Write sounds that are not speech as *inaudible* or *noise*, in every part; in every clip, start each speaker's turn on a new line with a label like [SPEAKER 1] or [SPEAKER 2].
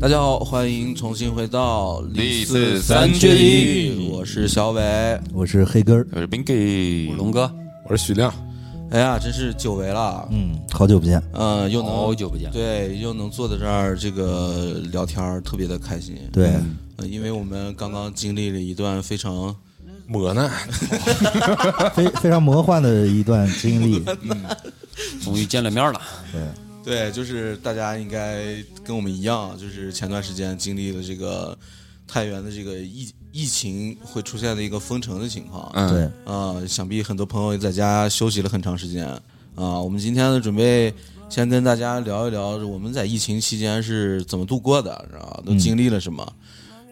[SPEAKER 1] 大家好，欢迎重新回到
[SPEAKER 2] 李
[SPEAKER 1] 四
[SPEAKER 2] 四三
[SPEAKER 1] 缺
[SPEAKER 2] 缺一
[SPEAKER 1] 我是小伟。
[SPEAKER 3] 我是黑根儿，
[SPEAKER 2] 我是 Binky，
[SPEAKER 1] 龙哥，
[SPEAKER 4] 我是许亮，
[SPEAKER 1] 哎呀，真是久违了，
[SPEAKER 3] 嗯，好久不见，
[SPEAKER 1] 嗯、又能
[SPEAKER 5] 好久不见了
[SPEAKER 1] 对，又能坐在这儿这个聊天儿，特别的开心。
[SPEAKER 3] 对，
[SPEAKER 1] 呃因为我们刚刚经历了一段非常
[SPEAKER 4] 磨难，
[SPEAKER 3] 非非常魔幻的一段经历，
[SPEAKER 5] 终于见了面了，
[SPEAKER 1] 对，就是大家应该跟我们一样，就是前段时间经历了这个太原的这个疫疫情会出现的一个封城的情况。
[SPEAKER 2] 嗯
[SPEAKER 3] 对，
[SPEAKER 1] 啊，想必很多朋友也在家休息了很长时间啊。我们今天呢，准备先跟大家聊一聊我们在疫情期间是怎么度过的，然后都经历了什么。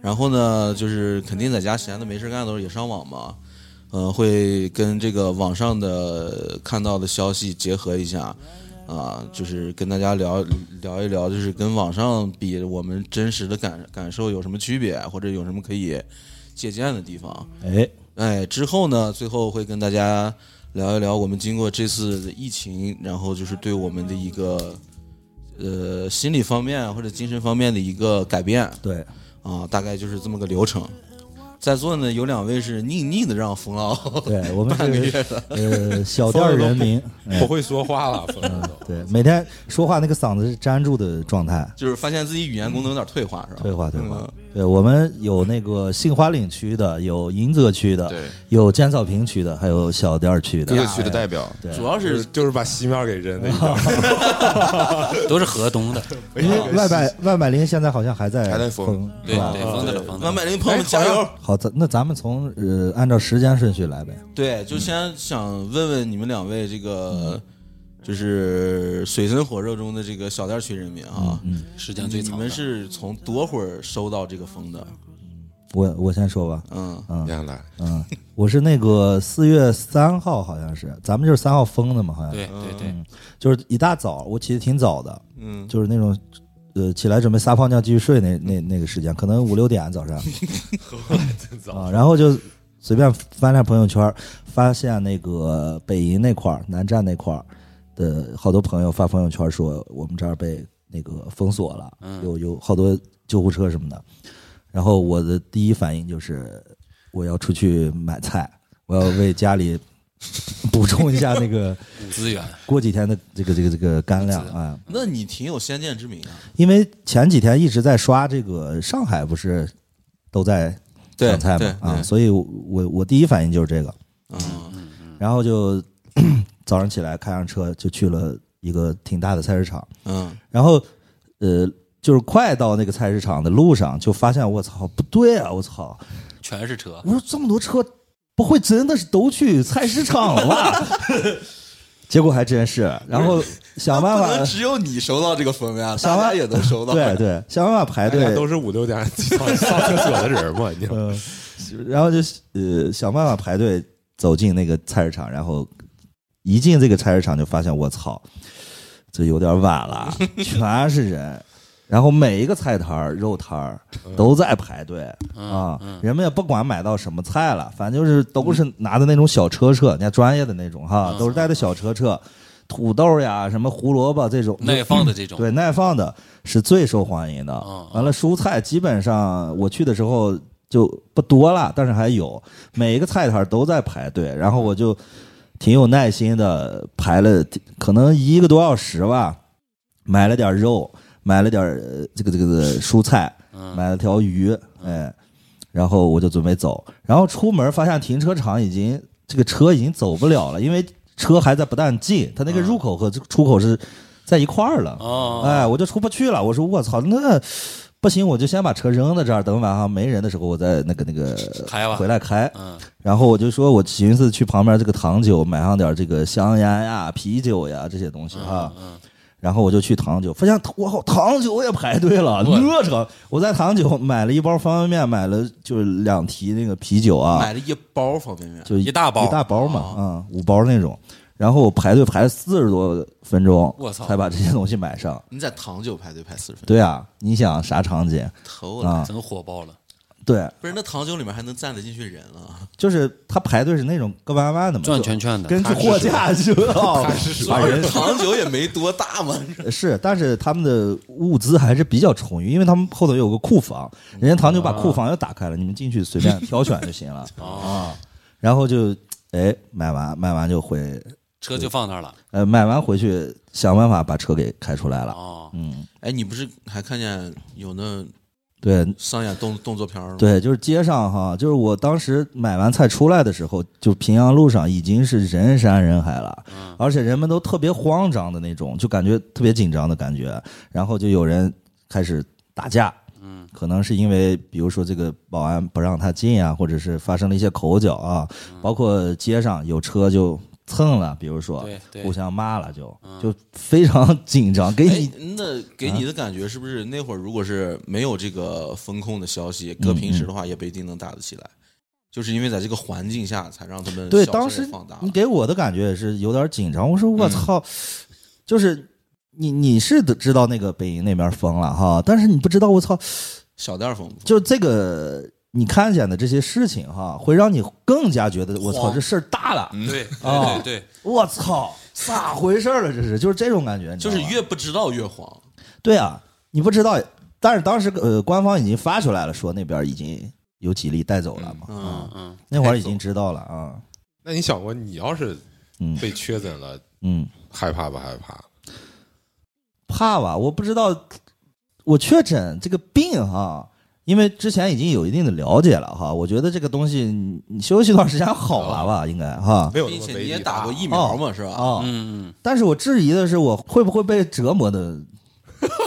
[SPEAKER 1] 然后呢，就是肯定在家闲的没事干的时候也上网嘛，呃，会跟这个网上的看到的消息结合一下。啊，就是跟大家聊聊一聊，就是跟网上比，我们真实的感感受有什么区别，或者有什么可以借鉴的地方。
[SPEAKER 3] 哎，
[SPEAKER 1] 哎，之后呢，最后会跟大家聊一聊我们经过这次的疫情，然后就是对我们的一个呃心理方面或者精神方面的一个改变
[SPEAKER 3] 对，
[SPEAKER 1] 啊，大概就是这么个流程。在座呢有两位是宁宁的让冯 *laughs* 老，
[SPEAKER 3] 对我们
[SPEAKER 1] 半个月
[SPEAKER 3] 是呃小店儿人民，哎
[SPEAKER 4] 不会说话
[SPEAKER 3] *laughs*
[SPEAKER 4] 了，冯总
[SPEAKER 3] 对，每天说话那个嗓子是粘住的状态，
[SPEAKER 1] 就是发现自己语言功能有点退化，是吧？
[SPEAKER 3] 退化退化
[SPEAKER 1] 嗯。
[SPEAKER 3] 对我们有那个杏花岭区的，有银泽区的，
[SPEAKER 2] 对，
[SPEAKER 3] 有尖草坪区的，还有小店儿区的哎
[SPEAKER 2] 各，个区的代表，
[SPEAKER 3] 对
[SPEAKER 1] 主要
[SPEAKER 4] 就是是就是把席面给人的一样，
[SPEAKER 5] 都是河东的，
[SPEAKER 3] 因为万百万百林现在好像还在
[SPEAKER 2] 还在封
[SPEAKER 5] 对
[SPEAKER 3] 是吧？
[SPEAKER 5] 对，封的了，封的
[SPEAKER 1] 万
[SPEAKER 5] 了。
[SPEAKER 1] 百灵朋友们加油！
[SPEAKER 3] 好，咱那咱们从呃按照时间顺序来呗，
[SPEAKER 1] 对，就先想问问你们两位，这个、就是水深火热中的这个小店区人民啊，
[SPEAKER 3] 嗯
[SPEAKER 5] 时间最
[SPEAKER 1] 你
[SPEAKER 5] 长的
[SPEAKER 1] 们是从多会儿收到这个风的？
[SPEAKER 3] 我我先说吧，
[SPEAKER 1] 嗯，
[SPEAKER 4] 这样来，
[SPEAKER 3] 嗯， *laughs* 我是那个四月三号，好像是，咱们就是三号封的嘛，好像
[SPEAKER 5] 对对对，
[SPEAKER 3] 就是一大早，我起得挺早的，嗯，就是那种，呃，起来准备撒泡尿继续睡那那那个时间，可能五六点早上，啊，然后就随便翻了朋友圈，发现那个北银那块儿、南站那块儿的好多朋友发朋友圈说我们这儿被那个封锁了，有有好多救护车什么的，然后我的第一反应就是我要出去买菜，我要为家里补充一下那个。
[SPEAKER 5] 资源
[SPEAKER 3] 过几天的这个这个这个干粮啊，
[SPEAKER 1] 那你挺有先见之明啊。
[SPEAKER 3] 因为前几天一直在刷这个上海不是都在
[SPEAKER 1] 对
[SPEAKER 3] 抢菜
[SPEAKER 1] 对
[SPEAKER 3] 嘛啊，
[SPEAKER 1] 对
[SPEAKER 3] 所以我我我第一反应就是这个，
[SPEAKER 1] 嗯，
[SPEAKER 3] 然后就早上起来开上车就去了一个挺大的菜市场，
[SPEAKER 1] 嗯，
[SPEAKER 3] 然后呃就是快到那个菜市场的路上就发现我操不对啊我操，
[SPEAKER 5] 全是车，
[SPEAKER 3] 我说这么多车，不会真的是都去菜市场了
[SPEAKER 1] *laughs*
[SPEAKER 3] 吧？结果还真是，然后想办
[SPEAKER 1] 那不能
[SPEAKER 3] 法。
[SPEAKER 1] 只有你收到这个风呀，
[SPEAKER 3] 想
[SPEAKER 1] 大
[SPEAKER 3] 办
[SPEAKER 1] 家也能收到。
[SPEAKER 3] 对，对，想办法排
[SPEAKER 4] 大
[SPEAKER 3] 队
[SPEAKER 4] 家，都是五六点上上厕所的人嘛，你知道吗？
[SPEAKER 3] 嗯，然后就呃想办法排队走进那个菜市场，然后一进这个菜市场就发现我操，这有点晚
[SPEAKER 4] *laughs*
[SPEAKER 3] 了，全是人。然后每一个菜摊儿、肉摊儿都在排队
[SPEAKER 4] 嗯
[SPEAKER 3] 啊，人们也不管买到什么菜了，反正就是都是拿的那种小车车，人家专业的那种
[SPEAKER 4] 嗯
[SPEAKER 3] 哈，都是带的小车车，土豆呀、什么胡萝卜这种
[SPEAKER 5] 耐放的这种，
[SPEAKER 3] 嗯对，耐放的是最受欢迎的
[SPEAKER 5] 嗯。
[SPEAKER 3] 完了，蔬菜基本上我去的时候就不多了，但是还有每一个菜摊都在排队，然后我就挺有耐心的排了，可能一个多小时吧，买了点肉，买了点呃这个这个这个蔬菜，
[SPEAKER 5] 嗯
[SPEAKER 3] 买了条鱼，哎，然后我就准备走，然后出门发现停车场已经这个车已经走不了了，因为车还在不断进，它那个入口和出口是在一块儿了，
[SPEAKER 5] 哦
[SPEAKER 3] 哎，我就出不去了，我说我操那。不行，我就先把车扔在这儿，等晚上没人的时候，我再那个那个
[SPEAKER 5] 开吧
[SPEAKER 3] 回来开。
[SPEAKER 5] 嗯，
[SPEAKER 3] 然后我就说，我寻思去旁边这个糖酒买上点这个香烟呀、啤酒呀这些东西哈。然后我就去糖酒，发现我靠，糖酒也排队了，那成！我在糖酒买了一包方便面，买了就是两提那个啤酒啊，
[SPEAKER 1] 买了一包方便面，
[SPEAKER 3] 就
[SPEAKER 5] 一大包哦
[SPEAKER 3] 一大包嘛，啊、五包那种。然后我排队排了四十多分钟，
[SPEAKER 5] 我操
[SPEAKER 3] 才把这些东西买上。
[SPEAKER 1] 你在糖酒排队排四十分钟，
[SPEAKER 3] 对啊，你想啥场景
[SPEAKER 1] 头了。
[SPEAKER 3] 啊？
[SPEAKER 5] 真火爆了，
[SPEAKER 3] 对，
[SPEAKER 1] 不是那糖酒里面还能站得进去人
[SPEAKER 3] *laughs*
[SPEAKER 1] 啊？
[SPEAKER 3] 就是他排队是那种个弯弯的嘛，
[SPEAKER 5] 转
[SPEAKER 3] 就
[SPEAKER 5] 圈圈的
[SPEAKER 3] 跟去
[SPEAKER 5] 他是
[SPEAKER 3] 货架去了，哦把啊人
[SPEAKER 1] 糖酒也没多大嘛， *laughs*
[SPEAKER 3] 是，但是他们的物资还是比较充裕，因为他们后头有个库房，人家唐就把库房又打开了，你们进去随便挑选就行了啊。然后就哎买完买完就回，
[SPEAKER 5] 车就放那儿了。
[SPEAKER 3] 呃买完回去想办法把车给开出来了。
[SPEAKER 5] 哦，
[SPEAKER 3] 嗯，
[SPEAKER 1] 哎，你不是还看见有那
[SPEAKER 3] 对
[SPEAKER 1] 上演动动作片
[SPEAKER 5] 嗯
[SPEAKER 1] 儿吗？
[SPEAKER 3] 对，就是街上哈，就是我当时买完菜出来的时候，就平阳路上已经是人山人海了，
[SPEAKER 5] 嗯
[SPEAKER 3] 而且人们都特别慌张的那种，就感觉特别紧张的感觉，然后就有人开始打架。嗯，可能是因为比如说这个保安不让他进啊，或者是发生了一些口角啊，
[SPEAKER 5] 嗯
[SPEAKER 3] 包括街上有车就蹭了，比如说
[SPEAKER 5] 对对嗯
[SPEAKER 3] 互相骂了就，就非常 *laughs* 紧张，给
[SPEAKER 1] 哎
[SPEAKER 3] 你，
[SPEAKER 1] 那给你的感觉是不是那会儿如果是没有这个风控的消息，搁平
[SPEAKER 3] 嗯
[SPEAKER 1] 时的话也不一定能打得起来，就是因为在这个环境下才让他们
[SPEAKER 3] 对，
[SPEAKER 1] 小事儿
[SPEAKER 3] 当时
[SPEAKER 1] 放大了嗯
[SPEAKER 3] 你给我的感觉也是有点紧张。我说我操，就是你你是知道那个北营那边封了哈，但是你不知道我操，
[SPEAKER 1] 小店儿风不
[SPEAKER 3] 就这个你看见的这些事情哈，会让你更加觉得我操
[SPEAKER 5] 慌
[SPEAKER 3] 这事儿大了，
[SPEAKER 1] 嗯
[SPEAKER 5] 对对
[SPEAKER 3] 哦
[SPEAKER 5] 对对，
[SPEAKER 3] 我操咋回事儿了这是，就是这种感觉，你知
[SPEAKER 1] 就
[SPEAKER 3] 道
[SPEAKER 1] 是
[SPEAKER 3] 吧
[SPEAKER 1] 越不知道越慌。
[SPEAKER 3] 对啊，你不知道，但是当时呃官方已经发出来了，说那边已经有几例带走了嘛，
[SPEAKER 1] 嗯，
[SPEAKER 5] 嗯，
[SPEAKER 3] 那会儿已经知道了啊，
[SPEAKER 6] 那你想过，你要是
[SPEAKER 3] 嗯
[SPEAKER 6] 被确诊了，
[SPEAKER 3] 嗯。
[SPEAKER 6] 害怕不害怕？
[SPEAKER 3] 怕吧？我不知道，我确诊这个病哈，因为之前已经有一定的了解了哈。我觉得这个东西你你休息一段时间好了吧，
[SPEAKER 6] 啊
[SPEAKER 3] 应该哈。
[SPEAKER 6] 没有那
[SPEAKER 1] 并
[SPEAKER 6] 么
[SPEAKER 1] 且
[SPEAKER 6] 没
[SPEAKER 1] 你也
[SPEAKER 6] 意义
[SPEAKER 1] 打过
[SPEAKER 6] 大
[SPEAKER 1] 疫苗嘛，是吧？
[SPEAKER 3] 啊、
[SPEAKER 5] 嗯，
[SPEAKER 3] 但是我质疑的是，我会不会被折磨
[SPEAKER 6] *laughs*
[SPEAKER 3] 的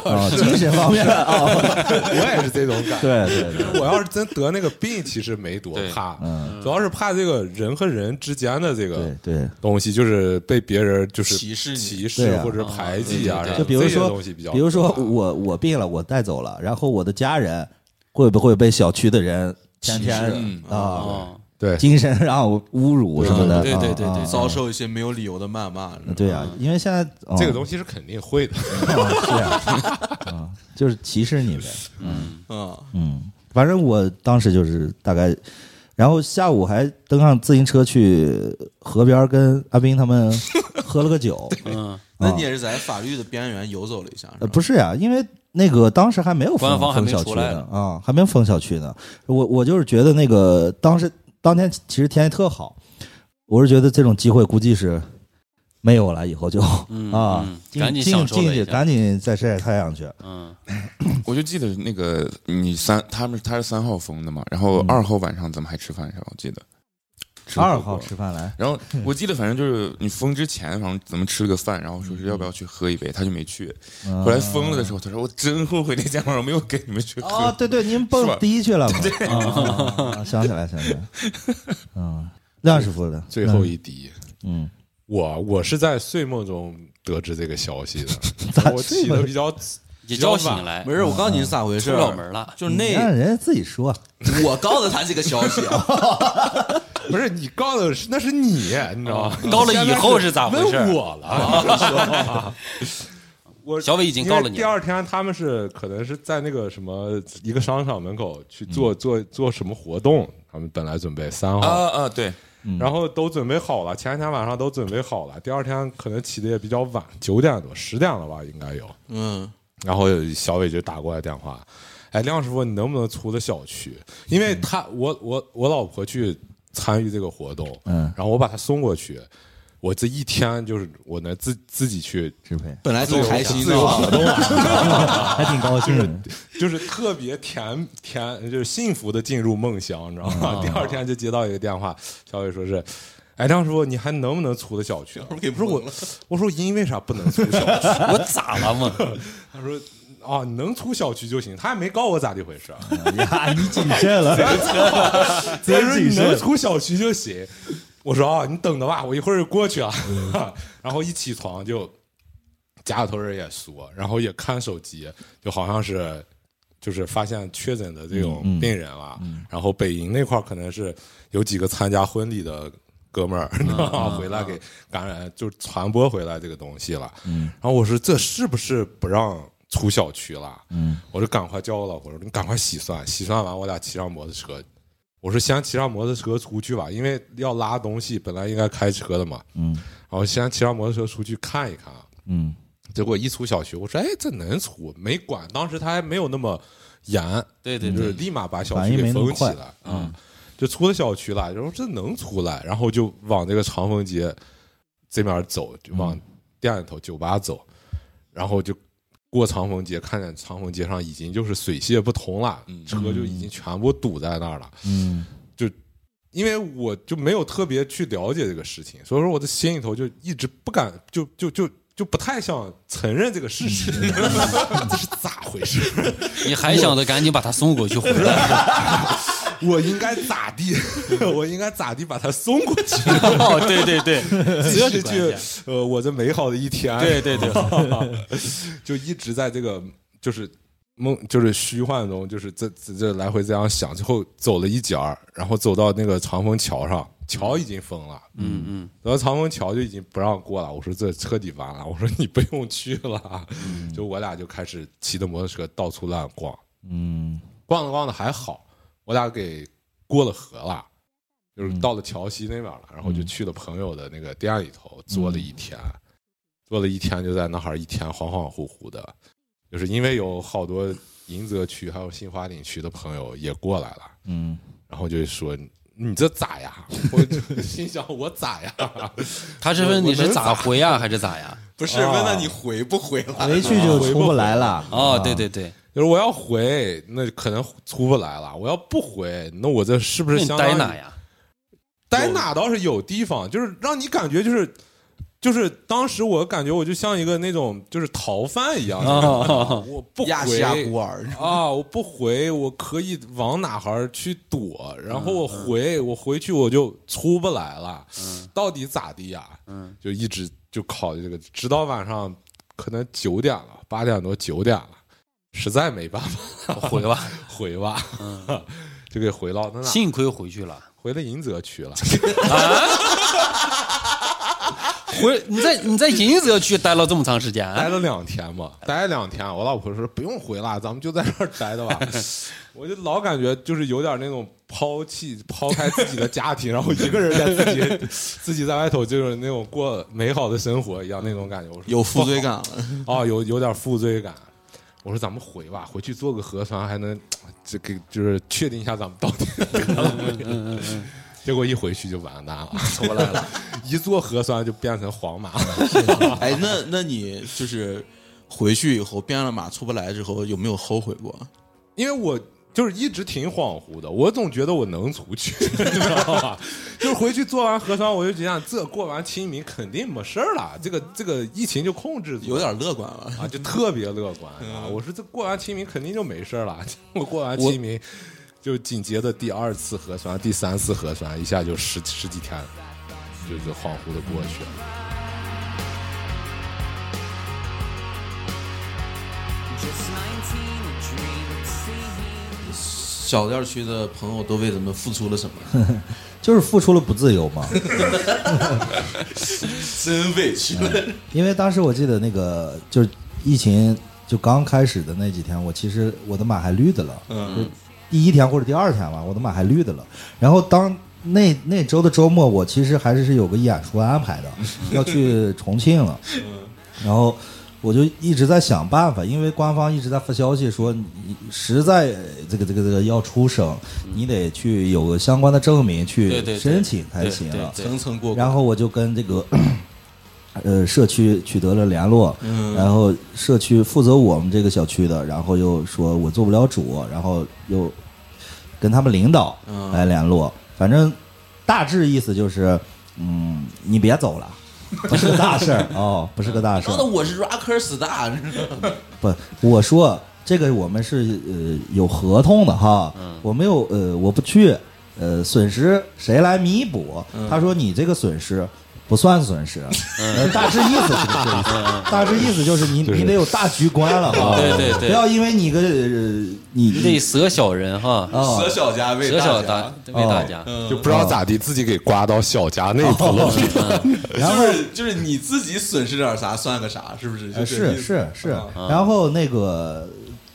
[SPEAKER 3] 啊、精神方面啊、
[SPEAKER 6] 我也是这种感觉。
[SPEAKER 3] 对对对，
[SPEAKER 6] 我要是真得那个病，其实没多
[SPEAKER 5] 对
[SPEAKER 6] 怕，
[SPEAKER 3] 嗯，
[SPEAKER 6] 主要是怕这个人和人之间的
[SPEAKER 3] 对
[SPEAKER 6] 这个
[SPEAKER 3] 对。
[SPEAKER 6] 东西，就是被别人就是
[SPEAKER 1] 歧视你
[SPEAKER 6] 歧
[SPEAKER 3] 对
[SPEAKER 6] 视
[SPEAKER 3] 啊
[SPEAKER 6] 或者排挤啊，
[SPEAKER 5] 对对对
[SPEAKER 6] 然后
[SPEAKER 3] 就比如
[SPEAKER 6] 这些
[SPEAKER 3] 说
[SPEAKER 6] 东西比较，啊
[SPEAKER 3] 比如说我我病了，我带走了，然后我的家人会不会被小区的人天天
[SPEAKER 1] 歧视嗯
[SPEAKER 3] 啊、
[SPEAKER 5] 哦，
[SPEAKER 6] 对
[SPEAKER 3] 精神上侮辱什么的？
[SPEAKER 5] 对对对对
[SPEAKER 3] 啊啊啊
[SPEAKER 5] 对
[SPEAKER 1] 遭受一些没有理由的谩骂，
[SPEAKER 3] 嗯对呀、因为现在、哦
[SPEAKER 6] 这个东西是肯定会的，
[SPEAKER 3] 啊，是啊，啊，就是歧视你呗。
[SPEAKER 1] 嗯，
[SPEAKER 3] 嗯，反正我当时就是大概，然后下午还登上自行车去河边儿跟阿斌他们喝了个酒。
[SPEAKER 5] 嗯，
[SPEAKER 1] 那你也是在法律的边缘游走了一下，
[SPEAKER 3] 啊呃，不
[SPEAKER 1] 是
[SPEAKER 3] 是呀、因为那个当时还没有封
[SPEAKER 5] 官方还
[SPEAKER 3] 封
[SPEAKER 5] 没
[SPEAKER 3] 小
[SPEAKER 5] 出
[SPEAKER 3] 区
[SPEAKER 5] 来
[SPEAKER 3] 呢啊，还没有封小区呢。我我就是觉得那个当时当天其实天气特好，我是觉得这种机会估计是没有了，以后就、
[SPEAKER 5] 嗯
[SPEAKER 3] 啊
[SPEAKER 5] 嗯，
[SPEAKER 3] 进
[SPEAKER 5] 赶紧
[SPEAKER 3] 进
[SPEAKER 5] 享受
[SPEAKER 3] 进
[SPEAKER 5] 了一
[SPEAKER 3] 去，
[SPEAKER 5] 下
[SPEAKER 3] 赶紧再晒晒太阳去。
[SPEAKER 5] 嗯，
[SPEAKER 2] 我就记得那个你三，他们他是三号封的嘛，然后
[SPEAKER 3] 嗯
[SPEAKER 2] 二号晚上咱们还吃饭是吧？我记得吃火
[SPEAKER 3] 二
[SPEAKER 2] 锅
[SPEAKER 3] 号吃饭来，
[SPEAKER 2] 然后我记得，反正就是你封之前，反正咱们吃了个饭，然后说是要不要去喝一杯，他就没去。
[SPEAKER 3] 嗯
[SPEAKER 2] 后来封了的时候，他说我真后悔那天晚上没有跟你们去喝。
[SPEAKER 3] 哦，对对，您蹦
[SPEAKER 2] 是吧
[SPEAKER 3] 迪去了嘛？啊啊啊 *laughs* 啊想起来，想起来。嗯，亮师傅的
[SPEAKER 6] 最后，一滴。
[SPEAKER 3] 嗯，
[SPEAKER 6] 我我是在睡梦中得知这个消息
[SPEAKER 3] 咋
[SPEAKER 6] 的，我起的比较
[SPEAKER 5] 也叫醒来，
[SPEAKER 1] 没事，我告诉你是咋回
[SPEAKER 5] 啊出
[SPEAKER 1] 事
[SPEAKER 5] 不
[SPEAKER 1] 儿，
[SPEAKER 5] 了门了。
[SPEAKER 1] 就是
[SPEAKER 3] 你
[SPEAKER 1] 那
[SPEAKER 3] 让人家自己说，
[SPEAKER 1] 我告诉他这个消息
[SPEAKER 3] *laughs*
[SPEAKER 1] 啊，
[SPEAKER 6] 不是你告诉我是那是你，你知道吗？
[SPEAKER 5] 告了以后是咋回事
[SPEAKER 6] 问我了，
[SPEAKER 5] *laughs*
[SPEAKER 6] 我
[SPEAKER 5] 小伟已经告了
[SPEAKER 6] 因为
[SPEAKER 5] 你
[SPEAKER 6] 第二天他们是可能是在那个什么一个商场门口去
[SPEAKER 5] 嗯
[SPEAKER 6] 做做做什么活动，他们本来准备三
[SPEAKER 2] 啊
[SPEAKER 6] 号，
[SPEAKER 2] 啊，对，
[SPEAKER 6] 然后都准备好了，前一天晚上都准备好了，第二天可能起的也比较晚，九点多十点了吧，应该有。
[SPEAKER 1] 嗯，
[SPEAKER 6] 然后小伟就打过来电话，哎，亮师傅，你能不能出的小区？因为他我我我老婆去参与这个活动，
[SPEAKER 3] 嗯，
[SPEAKER 6] 然后我把她送过去，我这一天就是我能自自己去，
[SPEAKER 3] 支配
[SPEAKER 1] 本来挺开心
[SPEAKER 6] 自由活
[SPEAKER 1] 的， *laughs*
[SPEAKER 6] 动啊，
[SPEAKER 3] 还挺高兴的。 *laughs*
[SPEAKER 6] 就是特别甜甜，就是幸福的进入梦乡，你知道吗？第二天就接到一个电话，小伟说是。哎，亮师傅，你还能不能出的小区？
[SPEAKER 1] 给不是我，
[SPEAKER 6] 我说因为啥不能出小区？
[SPEAKER 5] 我咋了嘛？
[SPEAKER 6] 他说 *laughs* 啊，你能出小区就行。他还没告我咋地回事儿。啊
[SPEAKER 3] 呀，你谨慎 *laughs* 了，
[SPEAKER 6] 他
[SPEAKER 3] 真
[SPEAKER 6] 说
[SPEAKER 3] 谨
[SPEAKER 6] 你能
[SPEAKER 3] 慎。
[SPEAKER 6] 出小区就行。我说啊，你等着吧，我一会儿就过去啊。 *laughs* 然后一起床就家里头人也说，然后也看手机，就好像是就是发现确诊的这种病人了。然后北营那块儿可能是有几个参加婚礼的哥们儿、 *laughs* 你知道吗回来给
[SPEAKER 3] 嗯
[SPEAKER 6] 感染，就传播回来这个东西了。然后我说这是不是不让出小区了，
[SPEAKER 3] 嗯，
[SPEAKER 6] 我就赶快叫我老婆说：“你赶快洗涮，洗涮完我俩骑上摩托车。”我说：“先骑上摩托车出去吧，因为要拉东西，本来应该开车的嘛。”
[SPEAKER 3] 嗯，
[SPEAKER 6] 然后先骑上摩托车出去看一看。啊
[SPEAKER 3] 嗯
[SPEAKER 6] 结果一出小区，我说：“哎，这能出？没管，当时他还没有那么严，
[SPEAKER 5] 对对
[SPEAKER 6] 就是
[SPEAKER 5] 对，
[SPEAKER 6] 立马把小
[SPEAKER 3] 反
[SPEAKER 6] 区
[SPEAKER 3] 应
[SPEAKER 6] 给
[SPEAKER 3] 没那么
[SPEAKER 6] 封起
[SPEAKER 3] 快嗯
[SPEAKER 6] 来啊，就出了小区了，然后这能出来，然后就往这个长风街这面走，就往
[SPEAKER 3] 嗯
[SPEAKER 6] 店里头酒吧走，然后就过长风街，看见长风街上已经就是水泄不通了，
[SPEAKER 7] 嗯
[SPEAKER 6] 车就已经全部堵在那儿了。
[SPEAKER 3] 嗯
[SPEAKER 6] 因为我就没有特别去了解这个事情，所以说我的心里头就一直不敢，就就就就不太想承认这个事实，嗯 *laughs* 这是咋回事？
[SPEAKER 5] 你还想着赶紧把他送过去回来？
[SPEAKER 6] *laughs* 我应该咋地？ *laughs* 我应该咋地把他送过 *laughs* 去？
[SPEAKER 5] 哦，对对对，
[SPEAKER 6] 继续
[SPEAKER 5] 关键
[SPEAKER 6] 去呃，我这美好的一天。
[SPEAKER 5] 对对对，
[SPEAKER 6] *laughs* 就一直在这个就是梦，就是虚幻中，就是这这这来回这样想。最后走了一截儿，然后走到那个长风桥上，桥已经封了，
[SPEAKER 5] 嗯嗯，
[SPEAKER 6] 然后长风桥就已经不让过了。我说这彻底完了，我说你不用去了。就我俩就开始骑着摩托车到处乱逛，
[SPEAKER 3] 嗯
[SPEAKER 6] 逛着逛着还好，我俩给过了河了。就是到了桥西那边了，然后就去了朋友的那个店里头坐了一天，坐了一天就在那儿一天恍恍惚惚的，就是因为有好多迎泽区还有杏花岭区的朋友也过来了，
[SPEAKER 3] 嗯
[SPEAKER 6] 然后就说你这咋呀？ *laughs* 我就心想我咋呀？
[SPEAKER 5] 他是问你是咋回呀，还是咋呀？
[SPEAKER 7] 不是问他你
[SPEAKER 3] 啊
[SPEAKER 7] 回不回了？
[SPEAKER 3] 回去就出不来了。
[SPEAKER 5] 哦，对对对，
[SPEAKER 6] 就是我要回，那可能出不来了；我要不回，那我这是不
[SPEAKER 5] 那
[SPEAKER 6] 是
[SPEAKER 5] 你
[SPEAKER 6] 相当于
[SPEAKER 5] 呆哪呀？
[SPEAKER 6] 呆哪倒是有地方，就是让你感觉就是就是当时我感觉我就像一个那种就是逃犯一样，
[SPEAKER 5] 哦，
[SPEAKER 6] 我不
[SPEAKER 1] 压西压
[SPEAKER 6] 回
[SPEAKER 1] 孤儿，
[SPEAKER 6] 啊，我不回，我可以往哪儿去躲，然后我
[SPEAKER 5] 嗯
[SPEAKER 6] 回，我回去我就出不来了，到底咋地呀？
[SPEAKER 5] 嗯，
[SPEAKER 6] 就一直就考虑这个，直到晚上可能九点了，八点多九点了，实在没办法
[SPEAKER 5] 我回吧，
[SPEAKER 6] *laughs* 回吧， *laughs* 就给回到那
[SPEAKER 5] *laughs*
[SPEAKER 6] 哪
[SPEAKER 5] 幸亏回去了。
[SPEAKER 6] 回了迎泽区了。
[SPEAKER 5] 回你在你在银泽区待了这么长时间，啊
[SPEAKER 6] 待了两天嘛，待了两天，我老婆说不用回了，咱们就在这儿待着吧。我就老感觉就是有点那种抛弃、抛开自己的家庭，然后一个人在自己 *laughs* 自己在外头就是那种过美好的生活一样那种感觉。我说
[SPEAKER 1] 有负罪感了。 *laughs*
[SPEAKER 6] 啊、有有点负罪感。我说咱们回吧，回去做个核酸还能这个就是确定一下咱们到底 *laughs* 得了没。结果一回去就完蛋了，出不来了，一做核酸就变成黄码了。
[SPEAKER 1] 哎，那那你就是回去以后变了码出不来之后，有没有后悔过？
[SPEAKER 6] 因为我就是一直挺恍惚的，我总觉得我能出去， *laughs* 你知道吧？就是回去做完核酸，我就觉得这过完清明肯定没事儿了，这个这个疫情就控制住了
[SPEAKER 1] 有点乐观了。
[SPEAKER 6] 啊，就特别乐观啊！我说这过完清明肯定就没事儿了， *laughs* 我过完清明就紧接着第二次核酸、第三次核酸，一下就十十几天，就是恍惚的过去了。
[SPEAKER 8] Just 19, a dream it seems.
[SPEAKER 1] 小店区的朋友都为咱们付出了什么？
[SPEAKER 3] 就是付出了不自由嘛，
[SPEAKER 1] *laughs* 真委屈了。
[SPEAKER 3] 因为当时我记得那个就是疫情就刚开始的那几天，我其实我的码还绿的了，
[SPEAKER 1] 嗯，
[SPEAKER 3] 第一天或者第二天吧，我的码还绿的了。然后当那那周的周末，我其实还是是有个演出安
[SPEAKER 5] *laughs*
[SPEAKER 3] 排的，要去重庆了。
[SPEAKER 5] 嗯
[SPEAKER 3] 然后我就一直在想办法，因为官方一直在发消息说，你实在这个这个这个要出省，你得去有个相关的证明
[SPEAKER 5] 嗯对对
[SPEAKER 3] 去
[SPEAKER 5] 对
[SPEAKER 3] 申请才
[SPEAKER 5] 对
[SPEAKER 3] 行
[SPEAKER 5] 对
[SPEAKER 3] 啊。
[SPEAKER 5] 对
[SPEAKER 1] 层层过关。
[SPEAKER 3] 然后我就跟这个 *clears throat* 呃社区取得了联络，
[SPEAKER 1] 嗯
[SPEAKER 3] 然后社区负责我们这个小区的，然后又说我做不了主，然后又跟他们领导
[SPEAKER 1] 嗯
[SPEAKER 3] 来联络，反正大致意思就是，嗯，你别走了。不是个大事儿哦，不是个大事
[SPEAKER 1] *laughs* 说的
[SPEAKER 3] 儿。
[SPEAKER 1] 我是 rocker star，你知道吗
[SPEAKER 3] 不，我说这个我们是呃有合同的哈，
[SPEAKER 5] 嗯
[SPEAKER 3] 我没有
[SPEAKER 5] 嗯
[SPEAKER 3] 呃我不去，呃损失谁来弥补？他说你这个损失不算损失，呃大致意思是这
[SPEAKER 5] 嗯
[SPEAKER 3] 个意思，大致意思就是你你得有大局观了哈，
[SPEAKER 5] 对对对
[SPEAKER 3] 不要因为你个呃
[SPEAKER 5] 你得
[SPEAKER 3] 你
[SPEAKER 5] 舍小人哈，
[SPEAKER 1] *laughs*
[SPEAKER 3] 啊
[SPEAKER 1] 舍小家为
[SPEAKER 5] 舍小
[SPEAKER 1] 家，
[SPEAKER 5] 大为大家。
[SPEAKER 4] 就不知道咋地，自己给刮到小家
[SPEAKER 6] *laughs*
[SPEAKER 4] 那一步了。
[SPEAKER 3] 然后
[SPEAKER 1] 就是就是你自己损失点啥算个啥，是不是？就
[SPEAKER 3] 呃
[SPEAKER 1] 这意思
[SPEAKER 3] 是是是
[SPEAKER 1] 啊，
[SPEAKER 3] 然后那个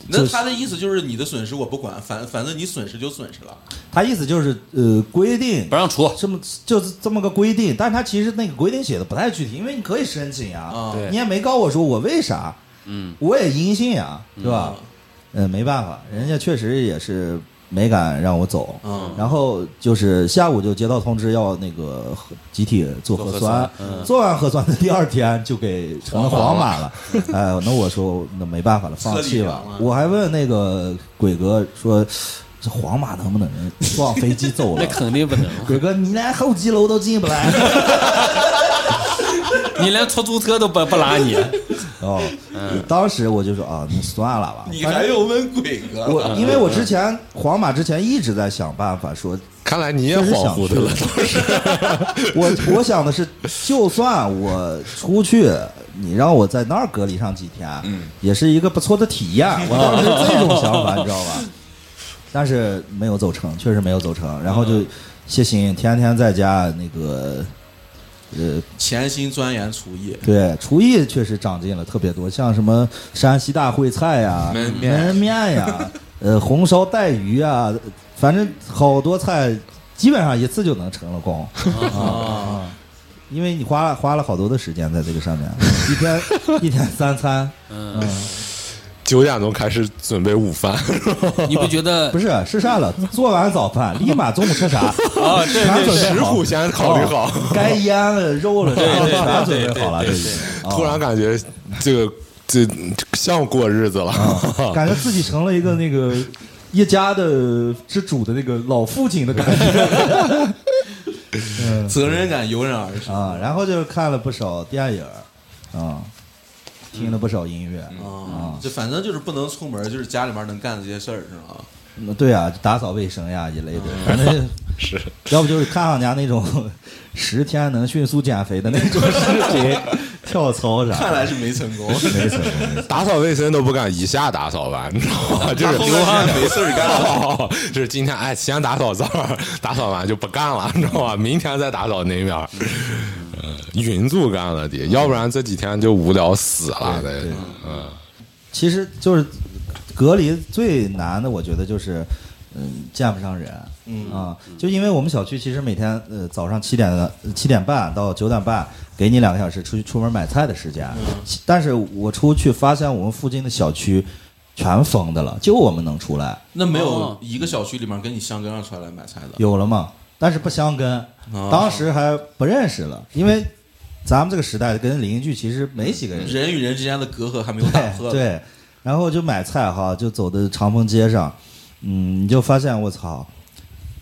[SPEAKER 1] 那
[SPEAKER 3] 就是
[SPEAKER 1] 他的意思就是你的损失我不管，反反正你损失就损失了。
[SPEAKER 3] 他意思就是呃规定
[SPEAKER 5] 不让处，
[SPEAKER 3] 这么就是这么个规定，但是他其实那个规定写的不太具体，因为你可以申请呀，
[SPEAKER 1] 啊
[SPEAKER 5] 对
[SPEAKER 3] 你也没告我说我为啥，
[SPEAKER 5] 嗯，
[SPEAKER 3] 我也阴性呀，对吧？嗯，没办法，人家确实也是没敢让我走。
[SPEAKER 1] 嗯
[SPEAKER 3] 然后就是下午就接到通知要那个核集体做核酸，做完核酸的第二天就给成了黄码了。哎，那我说那没办法了，放弃吧
[SPEAKER 1] 彻底凉。了
[SPEAKER 3] 我还问那个鬼哥说，这黄码能不能撞飞机走了
[SPEAKER 5] 那？肯定不能，
[SPEAKER 3] 鬼哥，你连候机楼都进不来。
[SPEAKER 5] 你连出租车都不不拉你。
[SPEAKER 3] 哦，当时我就说啊，那算了吧。
[SPEAKER 1] 你
[SPEAKER 3] 反正
[SPEAKER 1] 还有问鬼哥呢？
[SPEAKER 3] 我
[SPEAKER 4] *laughs*
[SPEAKER 3] 因为我之前皇马之前一直在想办
[SPEAKER 4] *laughs*
[SPEAKER 3] 法说，
[SPEAKER 4] 看来你也恍惚的了，
[SPEAKER 3] 我 *laughs* 我想的是，就算我出去，你让我在那儿隔离上几天，
[SPEAKER 4] 嗯
[SPEAKER 3] 也是一个不错的体验。我当时是这种想法，你知道吧？ *laughs* 但是没有走成，确实没有走成。然后就
[SPEAKER 4] 嗯
[SPEAKER 3] 谢欣天天在家那个，呃，
[SPEAKER 1] 潜心钻研厨艺，
[SPEAKER 3] 对，厨艺确实长进了特别多，像什么山西大烩菜呀、
[SPEAKER 2] 焖面
[SPEAKER 3] 焖面
[SPEAKER 5] *laughs*
[SPEAKER 3] 呀、呃红烧带鱼啊，反正好多菜基本上一次就能成了功
[SPEAKER 5] 哦
[SPEAKER 3] 啊。因为你花了花了好多的时间在这个上面，一
[SPEAKER 5] *laughs*
[SPEAKER 3] 天一天三餐，
[SPEAKER 5] 嗯，
[SPEAKER 4] 九点钟开始准备午
[SPEAKER 6] *laughs*
[SPEAKER 4] 饭，
[SPEAKER 5] 你不觉得
[SPEAKER 3] 不是是啥了？做完早饭立马中午吃啥？
[SPEAKER 5] 啊？对
[SPEAKER 3] 全准备
[SPEAKER 4] 食
[SPEAKER 3] 好
[SPEAKER 4] 谱，先考虑好。
[SPEAKER 3] 该腌了肉了啥
[SPEAKER 5] 对对
[SPEAKER 3] 的全
[SPEAKER 5] 对
[SPEAKER 3] 准备好了，
[SPEAKER 5] 对
[SPEAKER 3] 这
[SPEAKER 5] 对
[SPEAKER 3] 已经
[SPEAKER 6] 哦
[SPEAKER 3] 啊
[SPEAKER 4] 突然感觉这个这像过日子
[SPEAKER 6] 哦
[SPEAKER 4] 了。
[SPEAKER 3] 感觉自己成了一个那个一家的之主的那个老父亲的感觉
[SPEAKER 1] 责任感油然而生。
[SPEAKER 3] 啊。然后就是看了不少电影儿啊，听了不少音乐。
[SPEAKER 1] 啊，就反正就是不能出门，就是家里面能干的这些事儿，是 *laughs* 吧？
[SPEAKER 3] 那对啊，打扫卫生呀一类的，反正是，要不就是看上人家那种十天能迅速减肥的那种视频，跳操啥的。
[SPEAKER 1] 看来是没成功，
[SPEAKER 3] 没错，没错
[SPEAKER 4] *laughs* 打扫卫生都不敢一下打扫完，你知道
[SPEAKER 1] *laughs*
[SPEAKER 4] 吗？就是
[SPEAKER 1] 后半天没事儿干。
[SPEAKER 4] 哦， *laughs* 就是今天哎，先打扫这儿，打扫完就不干了，你知道吧？明天再打扫那面儿，呃，匀速干了的，要不然这几天就无聊死了的。嗯，
[SPEAKER 3] 其实就是隔离最难的，我觉得就是嗯见不上人，嗯啊，就因为我们小区其实每天呃早上七点的七点半到九点半给你两个小时出去出门买菜的时间，其但是我出去发现我们附近的小区全封的了，就我们能出来，
[SPEAKER 1] 那没有
[SPEAKER 5] 哦
[SPEAKER 1] 一个小区里面跟你相跟上出来买菜的，
[SPEAKER 3] 有了嘛，但是不相跟，
[SPEAKER 1] 嗯
[SPEAKER 3] 当时还不认识了，因为咱们这个时代跟邻居其实没几个人
[SPEAKER 1] 人与人之间的隔阂还没有打破。
[SPEAKER 3] 对，对，然后就买菜哈，就走的长风街上，嗯，你就发现我操，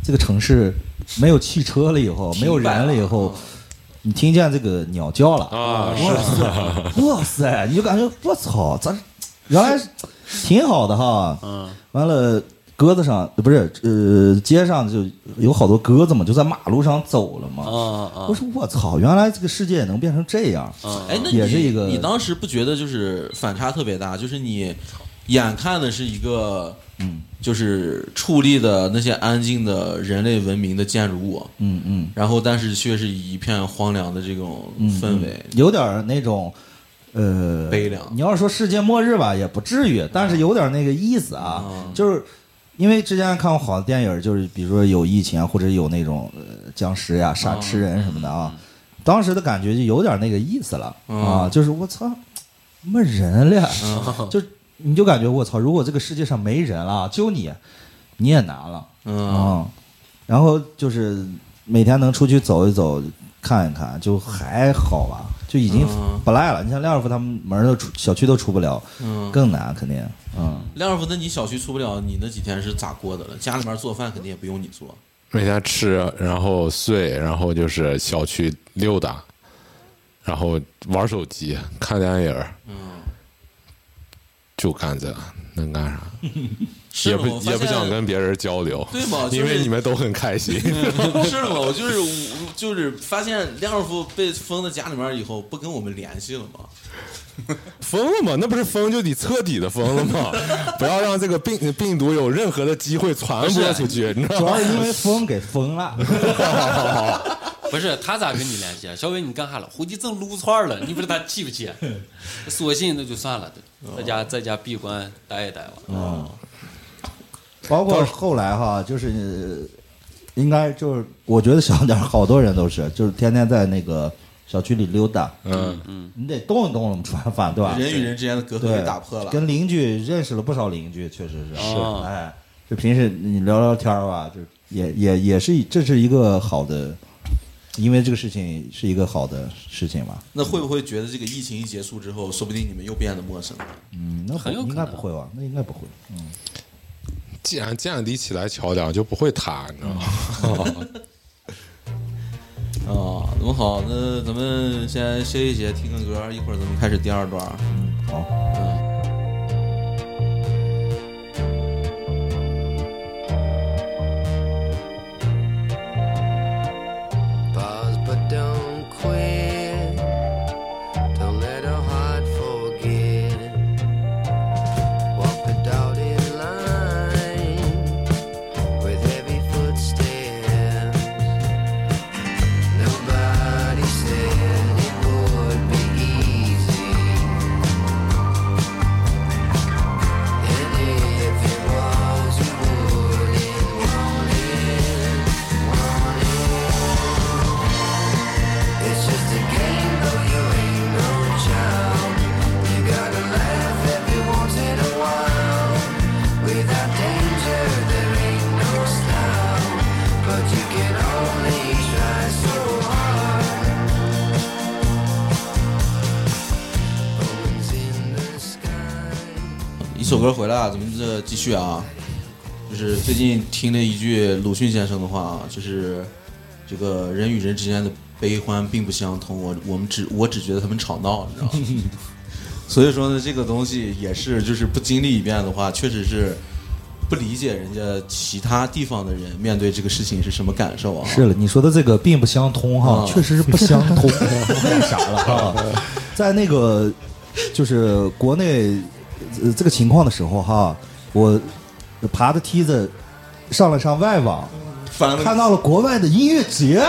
[SPEAKER 3] 这个城市没有汽车了以嗯后，没有人了以后，你听见这个鸟叫了
[SPEAKER 4] 啊
[SPEAKER 3] 哇塞，哇塞，你就感觉我操，咱原来是挺好的哈，嗯，完了。鸽子上不是呃，街上就有好多鸽子嘛，就在马路上走了嘛。
[SPEAKER 5] 啊啊
[SPEAKER 3] 我说我操，原来这个世界也能变成这样。
[SPEAKER 1] 哎，那
[SPEAKER 3] 也
[SPEAKER 1] 你
[SPEAKER 3] 是一个
[SPEAKER 1] 你当时不觉得就是反差特别大？就是你眼看的是一个，嗯，就是矗立的那些安静的人类文明的建筑物，
[SPEAKER 3] 嗯嗯。
[SPEAKER 1] 然后但是却是一片荒凉的这种氛围。
[SPEAKER 3] 有点儿那种呃
[SPEAKER 1] 悲凉
[SPEAKER 3] 你要是说世界末日吧，也不至于，但是有点儿那个意思啊，就是。因为之前看过好的电影，就是比如说有疫情啊，或者有那种呃僵尸呀、傻吃人什么的啊，当时的感觉就有点那个意思了、啊，就是我操，没人了，就你就感觉我操，如果这个世界上没人了，就你，你也难了，
[SPEAKER 1] 嗯，
[SPEAKER 3] 啊，然后就是每天能出去走一走、看一看，就还好吧，就已经
[SPEAKER 1] 嗯
[SPEAKER 3] 不赖了。你像廖师傅他们门儿都出，小区都出不了，
[SPEAKER 1] 嗯
[SPEAKER 3] 更难肯定。嗯，
[SPEAKER 1] 亮师傅，那你小区出不了，你那几天是咋过的了？家里面做饭肯定也不用你做，
[SPEAKER 4] 每天吃，然后睡，然后就是小区溜达，然后玩手机、看电影，嗯，就干这，能干啥？
[SPEAKER 1] *laughs* 是
[SPEAKER 4] 也
[SPEAKER 1] 吗
[SPEAKER 4] 不
[SPEAKER 1] 我发
[SPEAKER 4] 也不
[SPEAKER 1] 现
[SPEAKER 4] 想跟别人交流，
[SPEAKER 1] 对嘛就是
[SPEAKER 4] 因为你们都很开
[SPEAKER 1] *laughs*
[SPEAKER 4] 心。
[SPEAKER 1] *laughs* 是吗？我就是我就是发现亮夫被封在家里面以后，不跟我们联系了嘛。
[SPEAKER 4] 疯了吗？那不是疯就得彻底的疯了吗？ *laughs* 不要让这个病病毒有任何的机会传播出去，你知道
[SPEAKER 3] *laughs* 主
[SPEAKER 4] 吗
[SPEAKER 3] 要？是因为风给封了，
[SPEAKER 5] 不是他咋跟你联系啊？小伟，你干啥了？回去正撸串儿了，你不知道他气不气？索性那就算了，在家在家闭关待一待
[SPEAKER 3] 哦
[SPEAKER 5] 吧。
[SPEAKER 3] 嗯包括后来哈，就是呃应该就是我觉得小点儿好多人都是，就是天天在那个小区里溜达，
[SPEAKER 4] 嗯，
[SPEAKER 3] 你得动一动我们吃完饭对吧？
[SPEAKER 1] 人与人之间的隔阂
[SPEAKER 3] 对，
[SPEAKER 1] 被打破了。
[SPEAKER 3] 跟邻居认识了不少邻居，确实是
[SPEAKER 5] 是
[SPEAKER 3] 哎，就平时你聊聊天儿吧，就也也也是这是一个好的，因为这个事情是一个好的事情吧。
[SPEAKER 1] 那会不会觉得这个疫情一结束之后，说不定你们又变得陌生了？
[SPEAKER 3] 嗯，那不
[SPEAKER 5] 很有可
[SPEAKER 3] 应该
[SPEAKER 5] 能
[SPEAKER 3] 不会吧？那应该不会。嗯，
[SPEAKER 4] 既然这样得起来桥梁，就不会塌，你知道吗？
[SPEAKER 1] 啊，那么好，那咱们先歇一歇，听个歌，一会儿咱们开始第二段。
[SPEAKER 3] 好。
[SPEAKER 8] Pause, but don't quit. Don't let a heart forget. Walk the dotted line with heavy footsteps. Nobody said it would be easy. And if it was, you wouldn't want it, want it. It's just a game, though you ain't no child. You gotta laugh every once in a while. Without danger, there ain't no style. But you can only try so hard. Omens in the sky.
[SPEAKER 1] 一首歌回来啊，咱们这继续啊，就是最近听了一句鲁迅先生的话啊，就是这个人与人之间的悲欢并不相通，我我们只我只觉得他们吵闹，你知道吗？ *laughs* 所以说呢，这个东西也是，就是不经历一遍的话，确实是不理解人家其他地方的人面对这个事情是什么感受啊。
[SPEAKER 3] 是了，你说的这个并不相通哈，
[SPEAKER 1] 嗯
[SPEAKER 3] *laughs* 确实是不相通，为啥了 *laughs* 哈？在那个就是国内呃这个情况的时候哈，我爬的梯子上了上外网，
[SPEAKER 1] 翻
[SPEAKER 3] 看
[SPEAKER 1] 了
[SPEAKER 3] 到了国外的音乐节，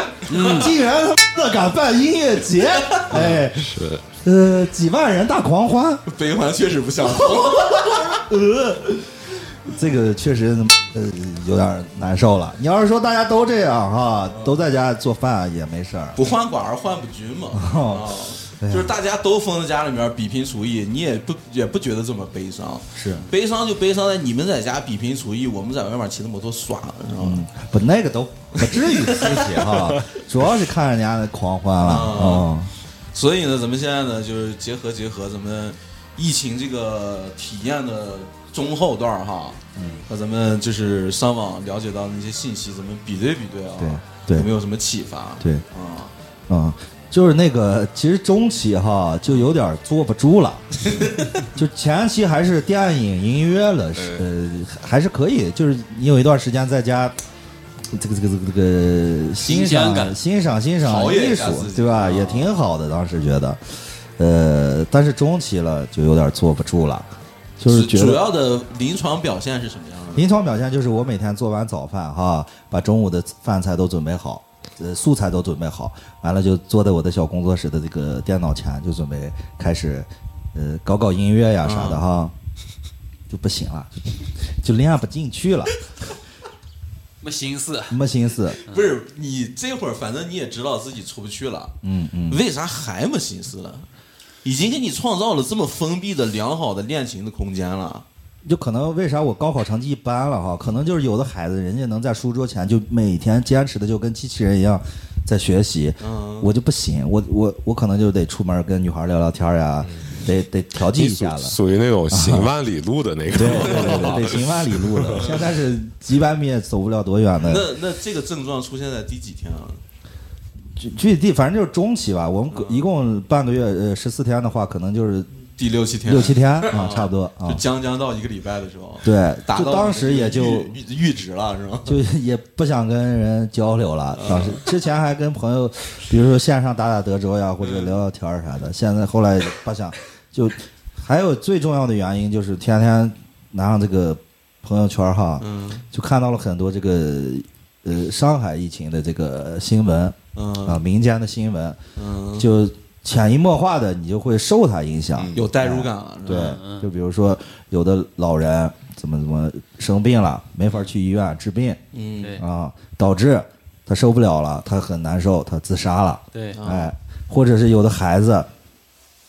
[SPEAKER 3] 竟然他妈的敢办音乐节，哎，
[SPEAKER 4] 是
[SPEAKER 3] 呃，几万人大狂欢，
[SPEAKER 1] 悲欢确实不相通。
[SPEAKER 3] 这个确实呃有点难受了。你要是说大家都这样哈，都在家做饭也没事儿，
[SPEAKER 1] 不患寡而患不均嘛。啊
[SPEAKER 3] *laughs* 哦，
[SPEAKER 1] 就是大家都封在家里面比拼厨艺，你也不也不觉得这么悲伤。
[SPEAKER 3] 是
[SPEAKER 1] 悲伤就悲伤在你们在家比拼厨艺，我们在外面骑着摩托耍了，知道吗？
[SPEAKER 3] 嗯不，那个都不至于刺激哈，主要是看人家的狂欢了
[SPEAKER 1] 啊
[SPEAKER 3] 啊。
[SPEAKER 1] 所以呢，咱们现在呢，就是结合结合咱们疫情这个体验的中后段儿哈，嗯，那咱们就是上网了解到那些信息，咱们比对比对啊，
[SPEAKER 3] 对对
[SPEAKER 1] 有没有什么启发？
[SPEAKER 3] 对
[SPEAKER 1] 啊，
[SPEAKER 3] 嗯，就是那个，其实中期哈就有点坐不
[SPEAKER 1] *laughs*
[SPEAKER 3] 住了，就前期还是电影、音乐了，是呃还是可以，就是你有一段时间在家。这个这个这个这个欣
[SPEAKER 5] 新鲜
[SPEAKER 3] 赏
[SPEAKER 5] 感
[SPEAKER 3] 欣赏欣赏
[SPEAKER 1] 陶冶
[SPEAKER 3] 艺
[SPEAKER 1] 一
[SPEAKER 3] 术
[SPEAKER 1] 下自，己
[SPEAKER 3] 对吧？
[SPEAKER 1] 啊
[SPEAKER 3] 也挺好的，当时觉得，呃，但是中期了就有点坐不住了，就是觉
[SPEAKER 1] 主
[SPEAKER 3] 得
[SPEAKER 1] 主要的临床表现是什么样的？
[SPEAKER 3] 临床表现就是我每天做完早饭哈，把中午的饭菜都准备好，呃，素菜都准备好，完了就坐在我的小工作室的这个电脑前，就准备开始，呃，搞搞音乐呀啥的哈， *laughs* 就不行了，就就练不进去了，
[SPEAKER 5] 没心思，啊
[SPEAKER 3] 没心思。
[SPEAKER 1] 不是你这会儿，反正你也知道自己出不去了，
[SPEAKER 3] 嗯嗯，
[SPEAKER 1] 为啥还没心思了？已经给你创造了这么封闭的良好的恋情的空间了，
[SPEAKER 3] 就可能为啥我高考成绩一般了哈？可能就是有的孩子人家能在书桌前就每天坚持的就跟机器人一样在学习，
[SPEAKER 1] 嗯
[SPEAKER 3] 我就不行，我我我可能就得出门跟女孩聊聊天呀，得得调剂一下了。
[SPEAKER 4] 属于那种行万里路的那
[SPEAKER 3] 对
[SPEAKER 4] 个。
[SPEAKER 3] 对对对，得行万里路了。现在是几百米也走不了多远的，
[SPEAKER 1] 那那这个症状出现在第几天啊？
[SPEAKER 3] 具具体地反正就是中期吧。我们可一共半个月呃十四天的话，可能就是
[SPEAKER 1] 第六七天，
[SPEAKER 3] 六七天啊，差不多
[SPEAKER 1] 就
[SPEAKER 3] 啊。
[SPEAKER 1] 将将到一个礼拜的时候，
[SPEAKER 3] 对，
[SPEAKER 1] 达
[SPEAKER 3] 就
[SPEAKER 1] 到
[SPEAKER 3] 当时也就
[SPEAKER 1] 阈阈值了，
[SPEAKER 3] *laughs*
[SPEAKER 1] 是吗？
[SPEAKER 3] 就也不想跟人交流了。
[SPEAKER 1] 嗯
[SPEAKER 3] 当时之前还跟朋友，比如说线上打打德州呀，或者
[SPEAKER 1] 嗯
[SPEAKER 3] 聊聊天儿啥的。现在后来也不想，就还有最重要的原因就是天天拿上这个朋友圈儿哈，
[SPEAKER 1] 嗯
[SPEAKER 3] 就看到了很多这个呃上海疫情的这个新闻啊，
[SPEAKER 1] 嗯
[SPEAKER 3] 民间的新闻，
[SPEAKER 1] 嗯，
[SPEAKER 3] 就潜移默化的你就会受它影响。
[SPEAKER 1] 有嗯代入感了，是吧
[SPEAKER 3] 对，就比如说有的老人怎么怎么生病了，没法去医院治病。
[SPEAKER 1] 嗯
[SPEAKER 5] 对
[SPEAKER 3] 啊，导致他受不了了，他很难受，他自杀了，
[SPEAKER 5] 对，
[SPEAKER 3] 哎，或者是有的孩子，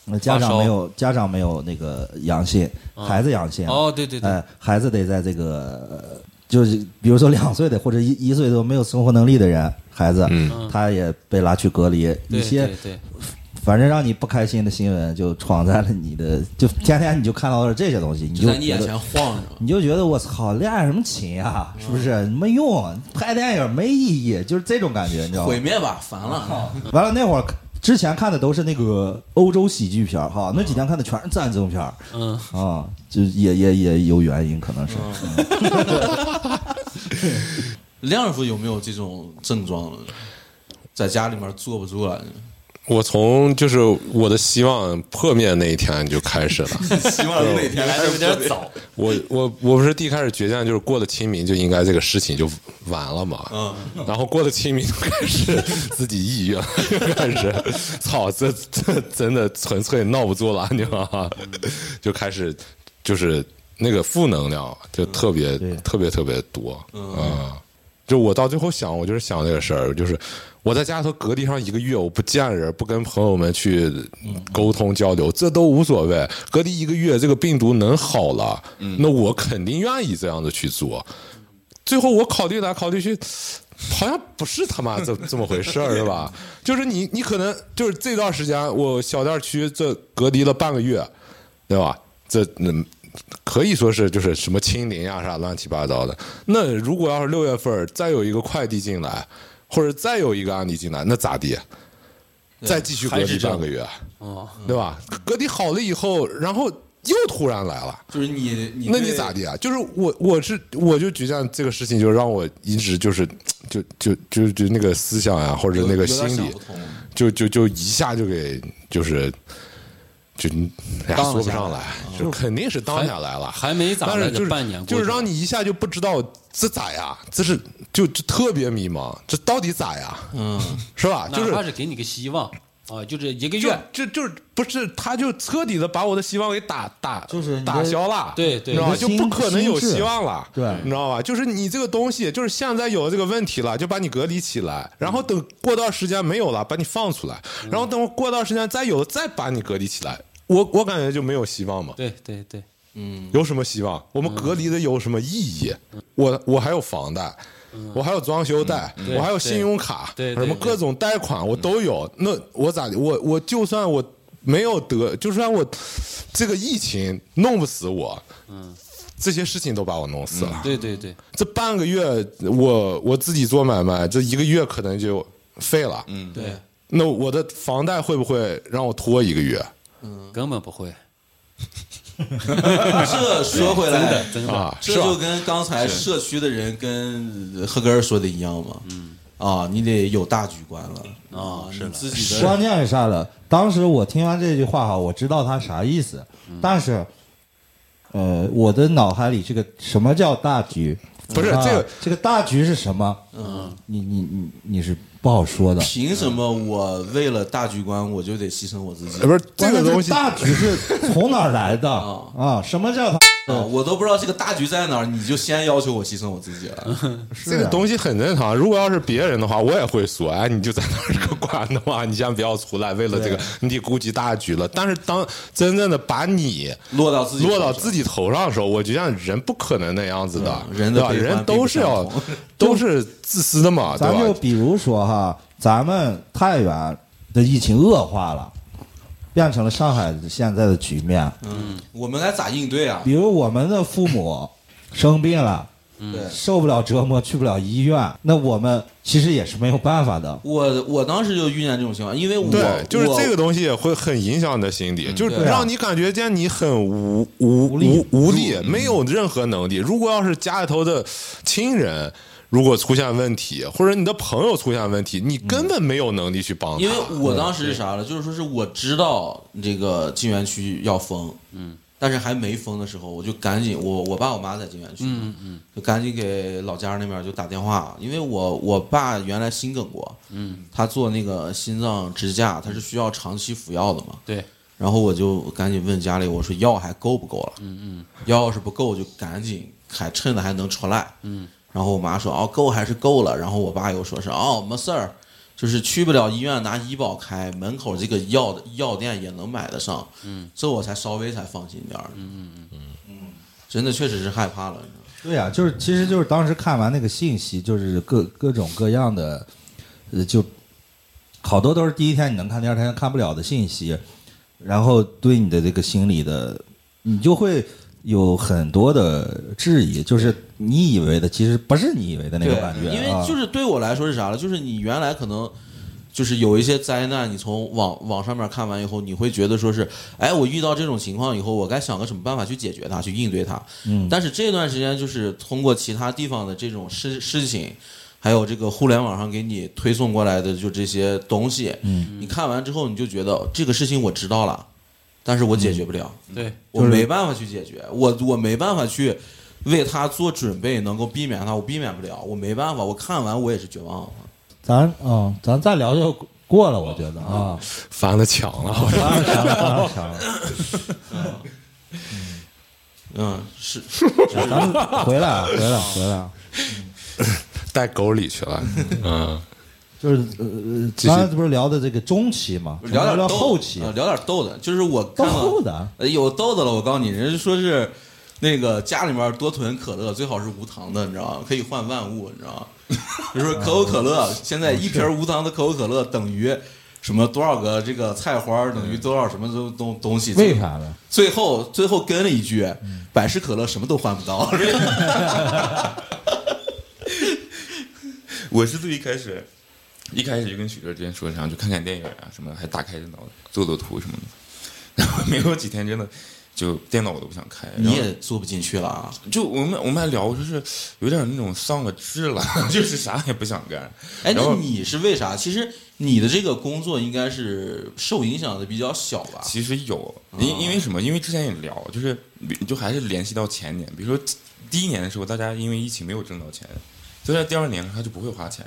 [SPEAKER 3] 那家
[SPEAKER 5] 发烧啊
[SPEAKER 3] 长没有家长没有那个阳性，孩子阳性，
[SPEAKER 5] 哦，对对对，
[SPEAKER 3] 哎，孩子得在这个就是比如说两岁的或者一一岁多没有生活能力的人孩子，
[SPEAKER 5] 嗯
[SPEAKER 3] 他也被拉去隔离，一
[SPEAKER 5] 对
[SPEAKER 3] 些
[SPEAKER 5] 对对，
[SPEAKER 3] 反正让你不开心的新闻就闯在了你的，就天天你就看到了这些东西，你
[SPEAKER 1] 就
[SPEAKER 3] 就
[SPEAKER 1] 在你
[SPEAKER 3] 觉
[SPEAKER 1] 眼
[SPEAKER 3] 得
[SPEAKER 1] 前晃着，
[SPEAKER 3] 你就觉得我操，恋爱什么情呀、是不是？没用啊，拍电影没意义，就是这种感觉，你知道吗
[SPEAKER 1] 毁？灭吧，烦了，
[SPEAKER 3] 完了那会儿之前看的都是那个欧洲喜剧片儿哈，那几天看的全是战争片儿
[SPEAKER 5] 嗯，
[SPEAKER 3] 啊，就也也也有原因，可能是。
[SPEAKER 1] 亮叔有没有这种症状呢？在家里面坐不住了，
[SPEAKER 6] 我从就是我的希望破灭那一天就开始了。
[SPEAKER 1] *laughs* 希望哪
[SPEAKER 5] 你
[SPEAKER 1] 天
[SPEAKER 5] 来的有点早，
[SPEAKER 6] 我我我不是第一开始倔强，就是过得亲民就应该这个事情就完了嘛。然后过得亲民就开始自己抑郁了， *laughs* 就开始操，这这真的纯粹闹不住了，你知道吗？就开始就是那个负能量就特别、特别特别多啊、就我到最后想，我就是想这个事儿，就是我在家头隔离上一个月，我不见人，不跟朋友们去沟通交流，这都无所谓。隔离一个月，这个病毒能好了，那我肯定愿意这样子去做。最后我考虑来考虑去，好像不是他妈这
[SPEAKER 5] *laughs*
[SPEAKER 6] 这么回事儿，是吧？就是你，你可能就是这段时间，我小店区这隔离了半个月，对吧？这嗯，可以说是就是什么清零呀、啥乱七八糟的。那如果要是六月份儿再有一个快递进来，或者再有一个案例进来，那咋地？再继续隔
[SPEAKER 5] 还是
[SPEAKER 6] 离
[SPEAKER 5] 这样
[SPEAKER 6] 半个月，
[SPEAKER 5] 哦，
[SPEAKER 6] 对吧？隔离好了以后，然后又突然来了。
[SPEAKER 1] 就是你你
[SPEAKER 6] 那
[SPEAKER 1] 对
[SPEAKER 6] 你咋地啊？就是我，我是我就觉得这个事情，就让我一直就是，就就就就那个思想呀、或者
[SPEAKER 1] 有
[SPEAKER 6] 那
[SPEAKER 1] 有
[SPEAKER 6] 个心
[SPEAKER 1] 点想
[SPEAKER 6] 理
[SPEAKER 1] 不，通，
[SPEAKER 6] 就就就一下就给就是就哎呀
[SPEAKER 1] 荡了
[SPEAKER 6] 说不
[SPEAKER 1] 下
[SPEAKER 6] 上
[SPEAKER 1] 来
[SPEAKER 6] 来，就肯定是当下来了，
[SPEAKER 5] 还没咋
[SPEAKER 6] 但
[SPEAKER 5] 的
[SPEAKER 6] 是就是
[SPEAKER 5] 半年过去
[SPEAKER 6] 就是
[SPEAKER 5] 了
[SPEAKER 6] 让你一下就不知道这咋呀，这是就就特别迷茫，这到底咋呀？嗯，是吧？就
[SPEAKER 5] 哪
[SPEAKER 6] 是
[SPEAKER 5] 怕是给你个希望啊，就这一个
[SPEAKER 6] 就
[SPEAKER 5] 月，
[SPEAKER 6] 就就是不是，他就彻底的把我的希望给打打，
[SPEAKER 3] 就是你的
[SPEAKER 6] 打消了，
[SPEAKER 5] 对对
[SPEAKER 6] 你知道吧？
[SPEAKER 3] 你的
[SPEAKER 6] 就
[SPEAKER 3] 心
[SPEAKER 6] 不可能有
[SPEAKER 3] 心智
[SPEAKER 6] 希望了，
[SPEAKER 3] 对
[SPEAKER 6] 你知道吧？就是你这个东西，就是现在有了这个问题了，就把你隔离起来，然后等过段时间没有了，把你放出来，
[SPEAKER 5] 嗯
[SPEAKER 6] 然后等过段时间再有了，再把你隔离起来。我我感觉就没有希望嘛，
[SPEAKER 5] 对对对，
[SPEAKER 6] 有什么希望？我们隔离的有什么意义？我我还有房贷，我还有装修贷，我还有信用卡，
[SPEAKER 5] 嗯对对
[SPEAKER 6] 什么
[SPEAKER 5] 对
[SPEAKER 6] 各种贷款我都有。那我咋？我我就算我没有得，就算我这个疫情弄不死我，这些事情都把我弄死了。
[SPEAKER 5] 嗯对对对，
[SPEAKER 6] 这半个月我我自己做买卖，这一个月可能就废了。嗯，
[SPEAKER 1] 对，
[SPEAKER 6] 那我的房贷会不会让我拖一个月？
[SPEAKER 5] 根本不会，
[SPEAKER 1] 这说回
[SPEAKER 5] 真
[SPEAKER 1] 来
[SPEAKER 5] 的，真的，
[SPEAKER 6] 啊，
[SPEAKER 1] 这
[SPEAKER 6] 是吧
[SPEAKER 1] 就跟刚才社区的人跟呃赫格尔说的一样嘛。嗯。啊，你得有大局观了啊，是自己的
[SPEAKER 3] 关键是啥了？当时我听完这句话哈，我知道他啥意思，但是，呃，我的脑海里这个什么叫大局？
[SPEAKER 6] 不是
[SPEAKER 3] 啊
[SPEAKER 6] 这个
[SPEAKER 3] 这个大局是什么？嗯，你你你你是不好说的。
[SPEAKER 1] 凭什么我为了大局观我就得牺牲我自己
[SPEAKER 6] 呃？不是这个东西
[SPEAKER 3] 大局是从哪儿来的啊？什么叫它？
[SPEAKER 1] 啊，我都不知道这个大局在哪儿，你就先要求我牺牲我自己了。
[SPEAKER 6] 这个
[SPEAKER 1] 啊
[SPEAKER 6] 东西很正常。如果要是别人的话，我也会说：“哎，你就在那儿这个关的话，你先不要出来，为了这个，你得顾及大局了。”但是当真正的把你
[SPEAKER 1] 落到自己，
[SPEAKER 6] *laughs* 落到自己头上的时候，我觉得人不可能那样子的，
[SPEAKER 1] 嗯人的
[SPEAKER 6] 对吧？
[SPEAKER 1] 悲欢
[SPEAKER 6] 人都是要
[SPEAKER 1] 并不相同
[SPEAKER 6] 都是自私的嘛，对
[SPEAKER 3] 咱就
[SPEAKER 6] 吧？
[SPEAKER 3] 比如说哈，咱们太原的疫情恶化了，变成了上海现在的局面。
[SPEAKER 1] 嗯我们该咋应对啊？
[SPEAKER 3] 比如我们的父母生病了，受不了折磨，去不了医院，那我们其实也是没有办法的。
[SPEAKER 1] 我我当时就遇见这种情况，因为我
[SPEAKER 6] 对，就是
[SPEAKER 1] 我
[SPEAKER 6] 这个东西会很影响你的心理，就是
[SPEAKER 3] 对啊
[SPEAKER 6] 让你感觉见你很无无
[SPEAKER 3] 无力
[SPEAKER 6] 无无力，没有任何能力。如果要是家里头的亲人如果出现问题，或者你的朋友出现问题，你根本没有能力去帮
[SPEAKER 1] 因
[SPEAKER 3] 嗯
[SPEAKER 6] 他嗯
[SPEAKER 1] 为。我当时是啥了，就是说是我知道这个禁园区要封，嗯，但是还没封的时候，我就赶紧我我爸我妈在禁园区，嗯嗯，就赶紧给老家那边就打电话，因为我我爸原来心梗过，嗯，他做那个心脏支架，他是需要长期服药的嘛，
[SPEAKER 5] 对，
[SPEAKER 1] 然后我就赶紧问家里，我说药还够不够了？嗯嗯，药要是不够，就赶紧还趁着还能出来。嗯，然后我妈说哦，够还是够了。然后我爸又说是哦，没事儿，就是去不了医院拿医保开，门口这个药的药店也能买得上。嗯，这我才稍微才放心点儿。嗯嗯嗯真的确实是害怕了。你知道吗
[SPEAKER 3] 对呀、就是其实就是当时看完那个信息，就是各各种各样的，呃，就好多都是第一天你能看，第二天看不了的信息，然后对你的这个心理的，你就会有很多的质疑，就是你以为的，其实不是你以为的那
[SPEAKER 1] 对，
[SPEAKER 3] 个感觉啊，
[SPEAKER 1] 因为就是对我来说是啥了？就是你原来可能就是有一些灾难，你从网网上面看完以后，你会觉得说是，哎，我遇到这种情况以后，我该想个什么办法去解决它，去应对它。嗯，但是这段时间就是通过其他地方的这种事事情。还有这个互联网上给你推送过来的就这些东西，嗯，你看完之后你就觉得哦这个事情我知道了，但是我解决不了，
[SPEAKER 5] 对，
[SPEAKER 1] 我没办法去解决，我我没办法去为他做准备，能够避免他，我避免不了，我没办法，我看完我也是绝望了。
[SPEAKER 3] 咱啊、嗯咱再聊就过了，我觉得啊，
[SPEAKER 6] 翻了墙了，
[SPEAKER 3] *laughs* 当然强了，当然强了， *laughs*
[SPEAKER 1] 嗯，是， *laughs*
[SPEAKER 3] 咱们回来啊，回来，回来啊。
[SPEAKER 6] 带沟里去了。嗯，
[SPEAKER 3] 就是呃，刚才不是聊的这个中期嘛，
[SPEAKER 1] 聊点
[SPEAKER 3] 聊
[SPEAKER 1] 逗的
[SPEAKER 3] 后期，
[SPEAKER 1] 啊聊点逗的，就是我
[SPEAKER 3] 到
[SPEAKER 1] 看
[SPEAKER 3] 后
[SPEAKER 1] 了
[SPEAKER 3] 的，
[SPEAKER 1] 呃有逗的了，我告诉你，人家说是那个家里面多囤可乐，最好是无糖的，你知道吗？可以换万物，你知道吗？比如说可口可乐， *laughs* 现在一瓶无糖的可口可乐等于什么多少个这个菜花儿等于多少什么东东东西？
[SPEAKER 3] 为啥呢？
[SPEAKER 1] 最后最后跟了一句：“
[SPEAKER 2] 嗯
[SPEAKER 1] 百事可乐什么都换不
[SPEAKER 2] *laughs*
[SPEAKER 1] 到。
[SPEAKER 2] 我是最一开始，一开始就跟许哲之前说的啥，就看看电影啊什么的，还打开着脑子做做图什么的。 *laughs* 然后没有几天，真的就电脑我都不想开。”然
[SPEAKER 1] 你
[SPEAKER 2] 后
[SPEAKER 1] 也做不进去了啊！
[SPEAKER 2] 就我们我们还聊，就是有点那种丧了志了， *laughs* 就是啥也不想干。
[SPEAKER 1] 哎，
[SPEAKER 2] 然
[SPEAKER 1] 那
[SPEAKER 2] 后
[SPEAKER 1] 你是为啥？其实你的这个工作应该是受影响的比较小吧？
[SPEAKER 2] 其实有，因因为什么？因为之前也聊，就是就还是联系到前年，比如说第一年的时候，大家因为疫情没有挣到钱，所以在第二年他就不会花钱。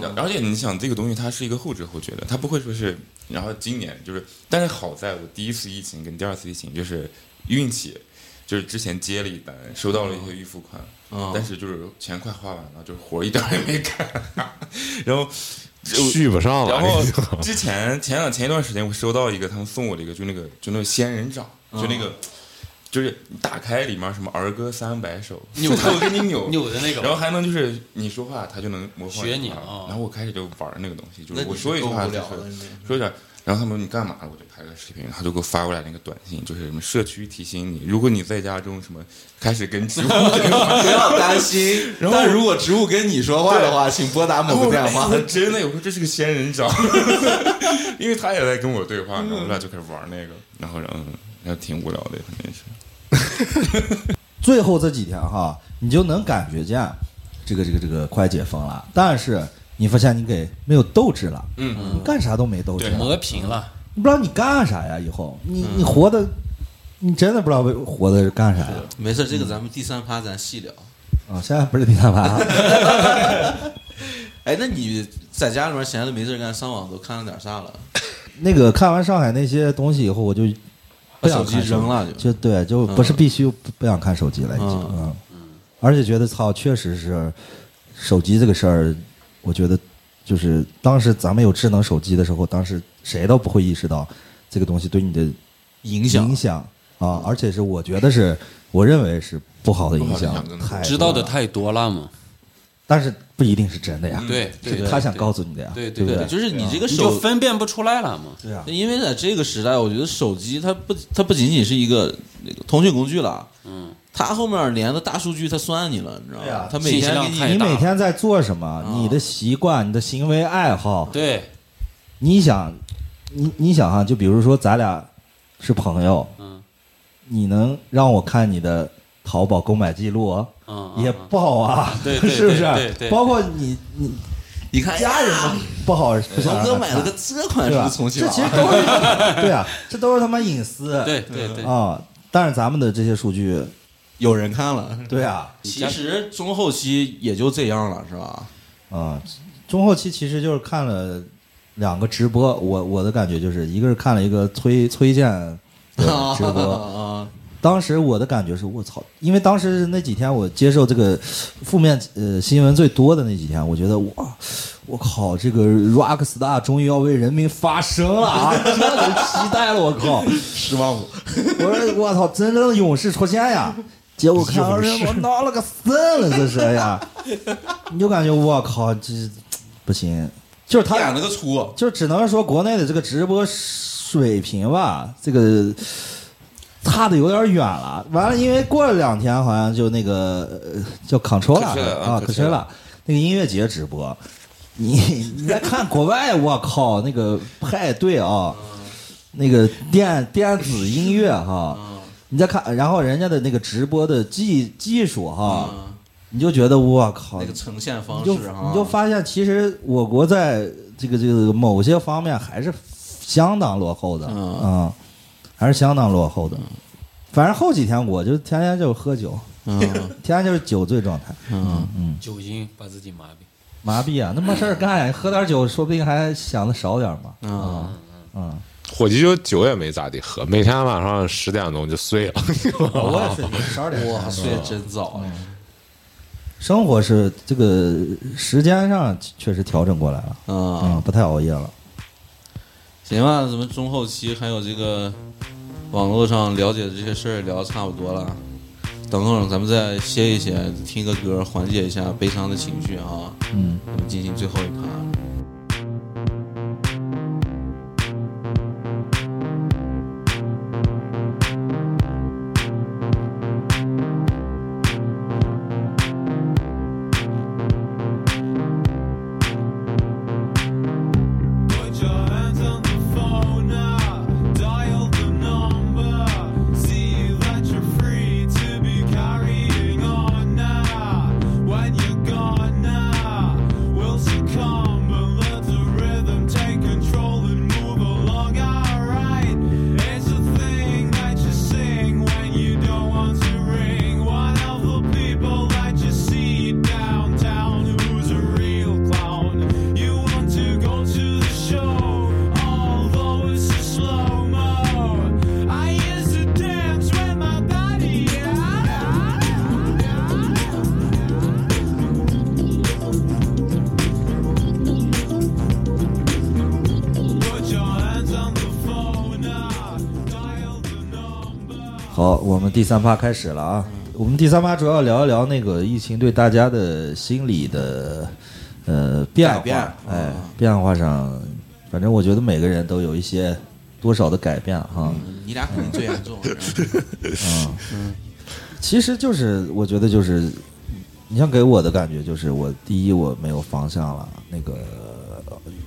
[SPEAKER 2] 然后而且你想，这个东西它是一个后知后觉的，它不会说是，然后今年就是，但是好在我第一次疫情跟第二次疫情就是运气，就是之前接了一单，收到了一些预付款，
[SPEAKER 1] 嗯
[SPEAKER 2] 但是就是钱快花完了，就是活儿一点儿也没干， *laughs* 然后就
[SPEAKER 6] 续不上
[SPEAKER 2] 然后
[SPEAKER 6] 了。
[SPEAKER 2] *laughs* 之前前两前一段时间，我收到一个他们送我的一个，就那个就那个仙人掌，就那个就是你打开里面什么儿歌三百首，
[SPEAKER 5] 扭
[SPEAKER 2] 他会给你扭
[SPEAKER 5] 扭的那个
[SPEAKER 2] 然后还能就是你说话，他就能模仿
[SPEAKER 5] 学你
[SPEAKER 2] 话
[SPEAKER 5] 啊
[SPEAKER 2] 然后我开始就玩那个东西，就
[SPEAKER 1] 那
[SPEAKER 2] 是
[SPEAKER 1] 你
[SPEAKER 2] 我说一句话
[SPEAKER 1] 是
[SPEAKER 2] 就
[SPEAKER 1] 够
[SPEAKER 2] 是
[SPEAKER 1] 不了的你
[SPEAKER 2] 说一下。然后他们说你干嘛了？我就拍个视频，他就给我发过来那个短信，就是什么社区提醒你，如果你在家中什么开始跟植物对话，
[SPEAKER 1] 不要担
[SPEAKER 2] *laughs*
[SPEAKER 1] 心，但如果植物跟你说话的话，请拨打某个电话。
[SPEAKER 2] 我真的，我说这是个仙人掌，因为他也在跟我对话，然后
[SPEAKER 1] 嗯
[SPEAKER 2] 我俩就开始玩那个，然后嗯，然后挺无聊的，反正是。
[SPEAKER 3] 最后这几天哈，你就能感觉见这个这个这个快解封了，但是你发现你给没有斗志了，嗯，你干啥都没斗志了，
[SPEAKER 5] 磨平了，
[SPEAKER 3] 你不知道你干啥呀？以后你你活的，你真的不知道为活的是干啥呀？
[SPEAKER 1] *laughs* 没事，这个咱们第三趴咱细聊。
[SPEAKER 3] 啊，现在不是第三盘，
[SPEAKER 1] 哎，那你在家里面闲着没事干，上网都看了点啥了？
[SPEAKER 3] 那个看完上海那些东西以后，我就
[SPEAKER 1] 把
[SPEAKER 3] 不想
[SPEAKER 1] 手机
[SPEAKER 3] 看
[SPEAKER 1] 扔了就。
[SPEAKER 3] 就对，就不是必须不不想看手机了，已经，
[SPEAKER 1] 嗯
[SPEAKER 3] 嗯，而且觉得操，确实是手机这个事儿，我觉得就是当时咱们有智能手机的时候，当时谁都不会意识到这个东西对你的
[SPEAKER 1] 影响
[SPEAKER 3] 影响啊，而且是我觉得是我认为是不好的影
[SPEAKER 2] 不
[SPEAKER 3] 响
[SPEAKER 2] 好的影响，
[SPEAKER 3] 太
[SPEAKER 5] 知道的
[SPEAKER 3] 多了，
[SPEAKER 5] 太多了嘛。
[SPEAKER 3] 但是不一定是真的呀，
[SPEAKER 5] 对，
[SPEAKER 3] 是
[SPEAKER 5] 对
[SPEAKER 3] 他想告诉你的呀，
[SPEAKER 5] 对
[SPEAKER 3] 对
[SPEAKER 5] 对
[SPEAKER 3] 不
[SPEAKER 1] 对，就是你这个
[SPEAKER 5] 你就
[SPEAKER 1] 手，
[SPEAKER 5] 分辨不出来了嘛。
[SPEAKER 3] 对啊，
[SPEAKER 1] 因为在这个时代，我觉得手机它不它不仅仅是一个那个通讯工具了，嗯，他后面连的大数据，他算你了，你知道
[SPEAKER 3] 对
[SPEAKER 1] 吗
[SPEAKER 3] 啊？
[SPEAKER 1] 他每
[SPEAKER 5] 信息
[SPEAKER 1] 天
[SPEAKER 5] 量
[SPEAKER 1] 给你
[SPEAKER 5] 太
[SPEAKER 3] 你
[SPEAKER 5] 大
[SPEAKER 3] 每
[SPEAKER 5] 了
[SPEAKER 3] 天在做什么？你的习惯、你的行为爱好，
[SPEAKER 5] 对，
[SPEAKER 3] 你想，你你想哈，就比如说咱俩是朋友，
[SPEAKER 5] 嗯
[SPEAKER 3] 你能让我看你的淘宝购买记录？哦
[SPEAKER 5] 嗯，嗯
[SPEAKER 3] 也
[SPEAKER 5] 嗯
[SPEAKER 3] 爆啊，
[SPEAKER 5] 对
[SPEAKER 3] *laughs*
[SPEAKER 5] 对
[SPEAKER 3] 是不是？
[SPEAKER 5] 对对对
[SPEAKER 3] 包括你你
[SPEAKER 1] 一看
[SPEAKER 3] 家
[SPEAKER 1] *laughs*
[SPEAKER 3] 人都不好，不想
[SPEAKER 1] 鹏哎
[SPEAKER 3] 让
[SPEAKER 1] 哥
[SPEAKER 3] 他
[SPEAKER 1] 买了
[SPEAKER 3] 看
[SPEAKER 1] 个这款是
[SPEAKER 3] 对
[SPEAKER 1] 不
[SPEAKER 3] 吧
[SPEAKER 1] 是？重启
[SPEAKER 3] 这
[SPEAKER 1] 了啊
[SPEAKER 3] 其实都是 *laughs* 对啊，这都是他妈隐私。
[SPEAKER 5] 对对对，
[SPEAKER 3] 啊，但是咱们的这些数据，
[SPEAKER 1] 有人看了。
[SPEAKER 3] 对啊，
[SPEAKER 1] 其实中后期也就这样了，是吧？
[SPEAKER 3] 啊，中后期其实就是看了两个直播，我我的感觉就是一个是看了一个崔崔健的直播，
[SPEAKER 1] 啊，
[SPEAKER 3] 当时我的感觉是我操，因为当时那几天我接受这个负面呃新闻最多的那几天，我觉得哇。我靠！这个 rock star 终于要为人民发声了啊！真的期待了，我靠！
[SPEAKER 1] 失望了。
[SPEAKER 3] *laughs* 我说我操，真正的勇士出现呀！结果看我说我闹了个神了，这是哎呀！你就感觉我靠，这不行，就是他
[SPEAKER 1] 演了个粗，
[SPEAKER 3] 就只能说国内的这个直播水平吧，这个差的有点远了。完了，因为过了两天，好像就那个呃叫 Control
[SPEAKER 2] 可吹了
[SPEAKER 3] 啊
[SPEAKER 2] 啊，
[SPEAKER 3] 可
[SPEAKER 2] 可
[SPEAKER 3] 吹
[SPEAKER 2] 吹
[SPEAKER 3] 了
[SPEAKER 2] 了
[SPEAKER 3] 那个音乐节直播，你 *laughs* 你再看国外，我靠，那个派对啊，那个电电子音乐哈、
[SPEAKER 1] 嗯
[SPEAKER 3] 你再看，然后人家的那个直播的技技术哈、你就觉得我靠，
[SPEAKER 1] 嗯那个呈现
[SPEAKER 3] 你
[SPEAKER 1] 方
[SPEAKER 3] 就
[SPEAKER 1] 式啊哈，
[SPEAKER 3] 你就发现，其实我国在这个这个某些方面还是相当落后的，
[SPEAKER 1] 嗯
[SPEAKER 3] 嗯，还是相当落后的。反正后几天我就天天就是喝酒，
[SPEAKER 1] 嗯
[SPEAKER 3] *laughs* 天天就是酒醉状态，
[SPEAKER 1] 嗯，
[SPEAKER 5] 酒精把自己麻痹。
[SPEAKER 3] 麻痹啊，那没事儿干呀，喝点酒说不定还想的少点儿嘛，
[SPEAKER 1] 嗯
[SPEAKER 3] 嗯，
[SPEAKER 6] *laughs* 火鸡就酒也没咋地喝，每天晚上十点钟就睡了。
[SPEAKER 3] 哦我也睡十二点，
[SPEAKER 1] 哇，睡得真早啊呀，
[SPEAKER 3] 生活是这个时间上确实调整过来了，嗯，
[SPEAKER 1] 啊，
[SPEAKER 3] 不太熬夜了，
[SPEAKER 1] 行吧，咱们中后期还有这个网络上了解的这些事儿聊得差不多了，等会儿咱们再歇一歇，听个歌缓解一下悲伤的情绪啊，
[SPEAKER 3] 嗯。
[SPEAKER 1] 咱们进行最后一趴。
[SPEAKER 9] Put your hands on the phone now, dial the number. See that you're free to be carrying on now. When you're gone now, we'll succumb and let the rhythm take control and move along alright. It's a thing that you sing when you don't want to ring. One of the people that you see downtown who's a real clown. You want to go to the show, although it's a slow mo. I used to dance with my body. Put your hands on the phone now, dial the number.
[SPEAKER 3] 好，我们第三趴开始了啊。我们第三趴主要聊一聊那个疫情对大家的心理的呃变化，
[SPEAKER 1] 改变
[SPEAKER 3] 哎
[SPEAKER 1] 啊，
[SPEAKER 3] 变化上，反正我觉得每个人都有一些多少的改变哈。
[SPEAKER 1] 你俩可能最严重，
[SPEAKER 3] 其实就是我觉得就是，你像给我的感觉就是，我第一我没有方向了，那个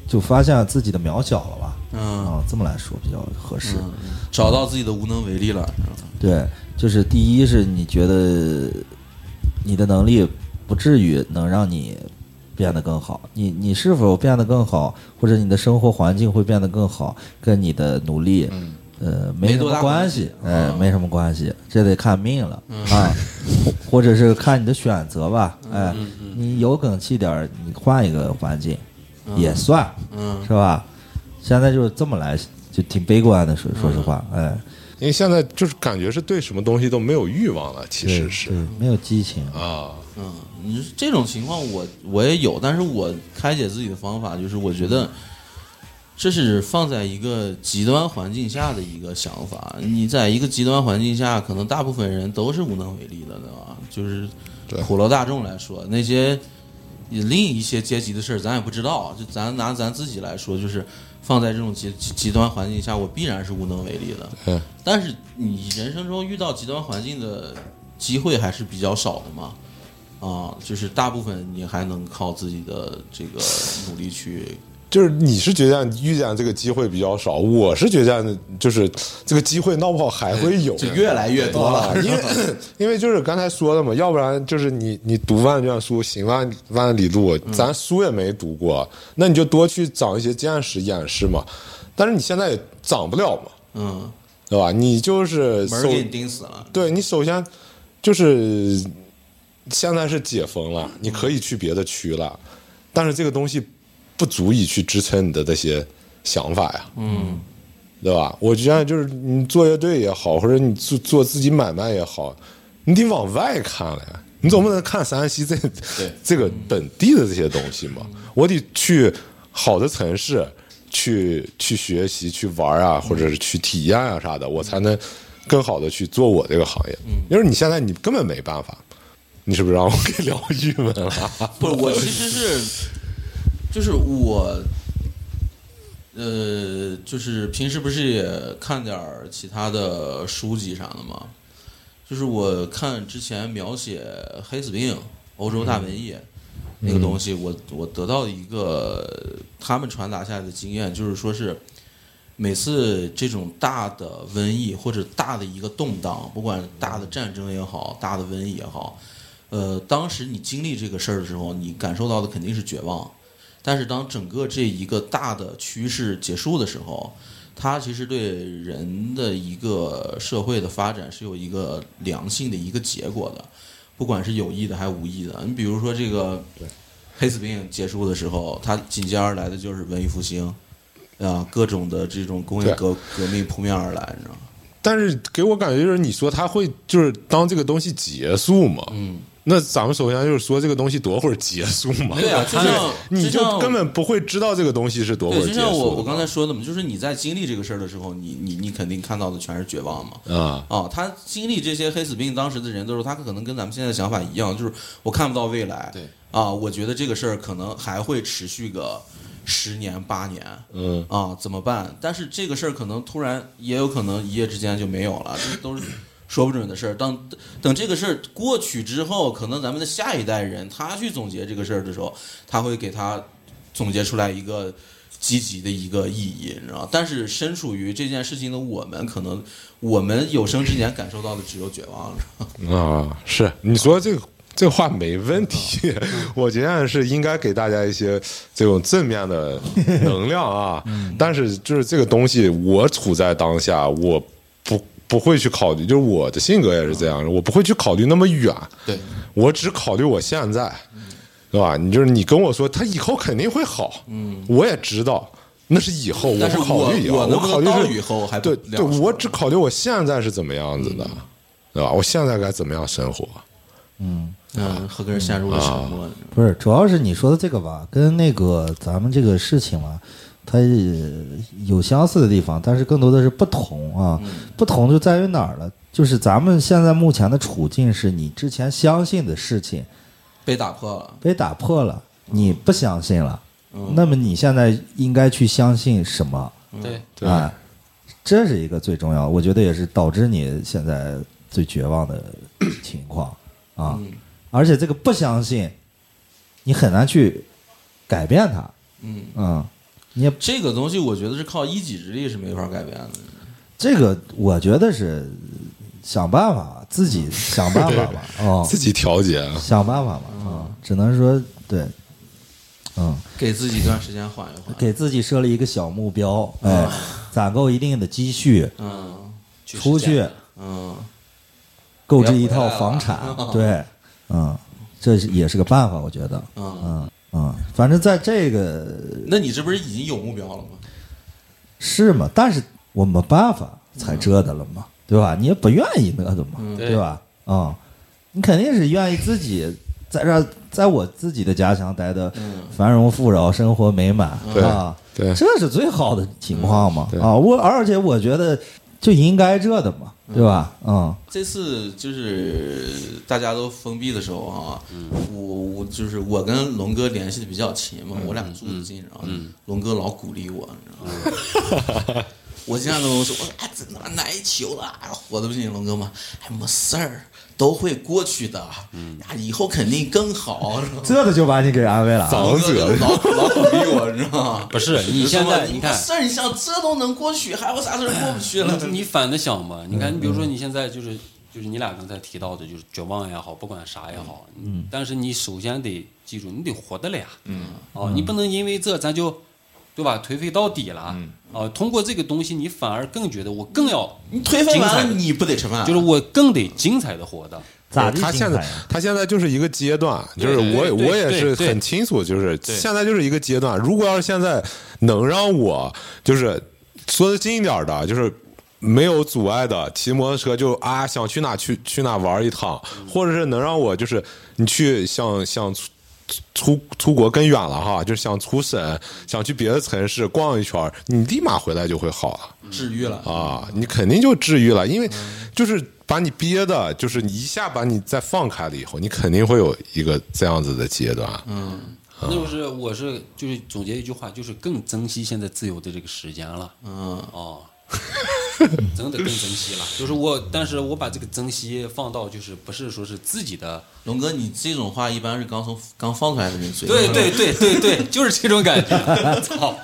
[SPEAKER 3] 就发现自己的渺小了吧，
[SPEAKER 1] 嗯，
[SPEAKER 3] 啊，这么来说比较合适。
[SPEAKER 1] 嗯找到自己的无能为力了，是吧
[SPEAKER 3] 对，就是第一是你觉得你的能力不至于能让你变得更好，你你是否变得更好，或者你的生活环境会变得更好，跟你的努力，呃，没
[SPEAKER 1] 没
[SPEAKER 3] 什
[SPEAKER 1] 多
[SPEAKER 3] 么
[SPEAKER 1] 大
[SPEAKER 3] 关
[SPEAKER 1] 关
[SPEAKER 3] 系
[SPEAKER 1] 系，
[SPEAKER 3] 哎，
[SPEAKER 1] 嗯
[SPEAKER 3] 没什么关系，这得看命了、啊，或或者是看你的选择吧，哎，你有梗气点儿，你换一个环境、也算，
[SPEAKER 1] 嗯
[SPEAKER 3] 是吧？现在就是这么来，就挺悲观的，说说实话，哎，
[SPEAKER 6] *laughs* 因为现在就是感觉是对什么东西都没有欲望了，其实是
[SPEAKER 3] 对，没有激情。
[SPEAKER 6] 啊，
[SPEAKER 1] 嗯，你说这种情况我我也有，但是我开解自己的方法就是，我觉得这是放在一个极端环境下的一个想法。你在一个极端环境下，可能大部分人都是无能为力的，对吧？就是
[SPEAKER 6] 对
[SPEAKER 1] 普罗大众来说，那些另一些阶级的事儿，咱也不知道。就咱拿咱自己来说，就是放在这种极极极端环境下，我必然是无能为力的。
[SPEAKER 6] 嗯
[SPEAKER 1] 但是你人生中遇到极端环境的机会还是比较少的嘛。啊，就是大部分你还能靠自己的这个努力去，
[SPEAKER 6] 就是你是觉得遇见这个机会比较少，我是觉得就是这个机会闹不好还会有，
[SPEAKER 1] 就越来越多了
[SPEAKER 6] 啊，因为 *clears throat* 因为就是刚才说的嘛，要不然就是你你读万卷书，行万万里路，咱书也没读过，那你就多去长一些见识、掩饰嘛。但是你现在也长不了嘛，
[SPEAKER 1] 嗯，
[SPEAKER 6] 对吧？你就是
[SPEAKER 1] 门儿
[SPEAKER 6] 手
[SPEAKER 1] 给你钉死了。
[SPEAKER 6] 对你首先就是现在是解封了，你可以去别的区了，但是这个东西不足以去支撑你的这些想法呀，嗯，对吧？我觉得就是你做乐队也好，或者你做做自己买卖也好，你得往外看了呀。你总不能看山西这这个本地的这些东西嘛？我得去好的城市去去学习、去玩啊，或者是去体验啊啥的，我才能更好的去做我这个行业。因为你现在你根本没办法，你是不是让我给聊郁闷了？
[SPEAKER 1] 不是，我其实是，就是我，呃，就是平时不是也看点儿其他的书籍啥的吗？就是我看之前描写黑死病、欧洲大瘟疫、那个东西，我我得到一个他们传达下来的经验，就是说是。每次这种大的瘟疫或者大的一个动荡，不管大的战争也好，大的瘟疫也好，呃，当时你经历这个事儿的时候，你感受到的肯定是绝望，但是当整个这一个大的趋势结束的时候，它其实对人的一个社会的发展是有一个良性的一个结果的，不管是有意的还是无意的。你比如说这个黑死病结束的时候，它紧接而来的就是文艺复兴。啊，各种的这种工业
[SPEAKER 6] 对
[SPEAKER 1] 革革命扑面而来，你知道吗？
[SPEAKER 6] 但是给我感觉就是你说他会就是当这个东西结束嘛？嗯。那咱们首先就是说这个东西多会儿结束嘛？
[SPEAKER 1] 对啊就像
[SPEAKER 6] 你
[SPEAKER 1] 就像
[SPEAKER 6] 就根本不会知道这个东西是多会儿
[SPEAKER 1] 对，就
[SPEAKER 6] 结束的
[SPEAKER 1] 像
[SPEAKER 6] 嘛。
[SPEAKER 1] 我我刚才说的嘛，就是你在经历这个事儿的时候，你你你肯定看到的全是绝望嘛。
[SPEAKER 6] 啊，
[SPEAKER 1] 啊，他经历这些黑死病当时的人的时候，他可能跟咱们现在的想法一样，就是我看不到未来。
[SPEAKER 2] 对
[SPEAKER 1] 啊，我觉得这个事儿可能还会持续个十年八年。
[SPEAKER 6] 嗯
[SPEAKER 1] 啊，怎么办？但是这个事儿可能突然，也有可能一夜之间就没有了，这都
[SPEAKER 6] *clears throat*
[SPEAKER 1] 是说不准的事儿。当等这个事儿过去之后，可能咱们的下一代人他去总结这个事儿的时候，他会给他总结出来一个积极的一个意义，你知道吗？但是身处于这件事情的我们，可能我们有生之年感受到的只有绝望，你知道吗？
[SPEAKER 6] 啊，是你说这个这话没问题， *laughs* 我觉得是应该给大家一些这种正面的能量啊。 *laughs* 但是就是这个东西，我处在当下，我不不会去考虑，就是我的性格也是这样，我不会去考虑那么远，
[SPEAKER 1] 对，
[SPEAKER 6] 我只考虑我现在，对吧？啊你就是你跟我说，他以后肯定会好，嗯，我也知道。那是以后，我
[SPEAKER 1] 但是
[SPEAKER 6] 不考
[SPEAKER 1] 我
[SPEAKER 6] 虑以后，
[SPEAKER 1] 我能不
[SPEAKER 6] 考
[SPEAKER 1] 能
[SPEAKER 6] 虑
[SPEAKER 1] 到
[SPEAKER 6] 是
[SPEAKER 1] 以后还不
[SPEAKER 6] 对
[SPEAKER 1] 两
[SPEAKER 6] 对，
[SPEAKER 1] 说
[SPEAKER 6] 我只考虑我现在是怎么样子的，对吧？我现在该怎么样生活？
[SPEAKER 1] 嗯，何根陷入了沉默。你知道吗
[SPEAKER 3] 不是，主要是你说的这个吧，跟那个咱们这个事情啊，它呃有相似的地方，但是更多的是不同啊。
[SPEAKER 6] 嗯
[SPEAKER 3] 不同就在于哪儿了？就是咱们现在目前的处境是你之前相信的事情
[SPEAKER 1] 被打破了，
[SPEAKER 3] 被打破了，你不相信了，
[SPEAKER 6] 嗯
[SPEAKER 3] 那么你现在应该去相信什么？
[SPEAKER 5] 对，
[SPEAKER 6] 对
[SPEAKER 3] 啊，这是一个最重要，我觉得也是导致你现在最绝望的情况啊。而且这个不相信，你很难去改变它。
[SPEAKER 1] 嗯
[SPEAKER 3] 嗯，你也
[SPEAKER 1] 这个东西我觉得是靠一己之力是没法改变的。
[SPEAKER 3] 这个，我觉得是想办法，自己想办法 *laughs* 吧。哦，
[SPEAKER 6] 自己调节。
[SPEAKER 3] 想办法吧。啊、只能说对，嗯。
[SPEAKER 1] 给自己一段时间缓一缓。
[SPEAKER 3] 给自己设立一个小目标，哎，攒够一定的积蓄，
[SPEAKER 1] 嗯
[SPEAKER 3] 出去
[SPEAKER 1] 嗯，
[SPEAKER 3] 购置一套房产，对，嗯，这是也是个办法，我觉得，
[SPEAKER 1] 嗯
[SPEAKER 3] 嗯嗯，反正在这个
[SPEAKER 1] 那你这不是已经有目标了吗？
[SPEAKER 3] 是嘛，但是我没办法才这的了嘛，对吧？你也不愿意那的嘛，
[SPEAKER 6] 嗯
[SPEAKER 3] 对吧？啊、你肯定是愿意自己在这儿，在我自己的家乡待的繁荣富饶，生活美满，
[SPEAKER 6] 对
[SPEAKER 3] 啊，
[SPEAKER 6] 对
[SPEAKER 3] 这是最好的情况嘛，
[SPEAKER 6] 对
[SPEAKER 3] 啊，我而且我觉得就应该这的嘛，对吧？嗯，
[SPEAKER 1] 这次就是大家都封闭的时候哈、
[SPEAKER 5] 嗯
[SPEAKER 1] 我我就是我跟龙哥联系的比较勤嘛，我俩
[SPEAKER 5] 嗯
[SPEAKER 1] 住的近，然后龙哥老鼓励我，你知道吗？*laughs*
[SPEAKER 5] 嗯
[SPEAKER 1] 啊我经常跟龙哥说，我说哎，怎么哪一球了？哎，我都不信龙哥嘛，哎，没事儿，都会过去的，
[SPEAKER 5] 嗯
[SPEAKER 1] 呀，以后肯定更好。
[SPEAKER 3] 这个就把你给安慰了啊。
[SPEAKER 1] 王者老
[SPEAKER 3] *laughs*
[SPEAKER 1] 老鼓励我，你知道吗？
[SPEAKER 5] 不是 *laughs* 你现在你看，
[SPEAKER 1] 事儿，你想这都能过去，还有啥事儿过不去了？
[SPEAKER 5] 你反着想嘛？你看，你比如说你现在就是就是你俩刚才提到的，就是绝望也好，不管啥也好，嗯，但是你首先得记住，你得活得了呀，嗯，哦，你不能因为这咱就。对吧？颓废到底了，啊！通过这个东西，你反而更觉得我更要，
[SPEAKER 1] 你颓废
[SPEAKER 5] 精
[SPEAKER 1] 完
[SPEAKER 5] 彩
[SPEAKER 1] 了，
[SPEAKER 5] 的
[SPEAKER 1] 你不得吃饭？啊
[SPEAKER 5] 就是我更得精彩的活的。
[SPEAKER 3] 咋的精彩
[SPEAKER 6] 他
[SPEAKER 3] 啊？
[SPEAKER 6] 现在他现在就是一个阶段，就是我也
[SPEAKER 5] 对对
[SPEAKER 6] 我也是
[SPEAKER 5] 对
[SPEAKER 6] 很清楚，就是现在就是一个阶段。如果要是现在能让我就是说的近一点的，就是。没有阻碍的，骑摩托车就啊，想去哪去去哪玩一趟，
[SPEAKER 5] 嗯
[SPEAKER 6] 或者是能让我就是你去想想出出出国更远了哈，就是想出省，想去别的城市逛一圈儿，你立马回来就会好了。
[SPEAKER 1] 治愈了。
[SPEAKER 6] 啊，你肯定就治愈了，因为就是把你憋的，就是你一下把你再放开了以后，你肯定会有一个这样子的阶段。
[SPEAKER 5] 那就是我是就是总结一句话，就是更珍惜现在自由的这个时间了。嗯 *laughs* 哦，真的更珍惜了。就是我，但是我把这个珍惜放到就是不是说是自己的，
[SPEAKER 1] 龙哥，你这种话一般是刚从刚放出来的人嘴里。
[SPEAKER 5] 对对对对对，就是这种感觉。 *laughs* 操，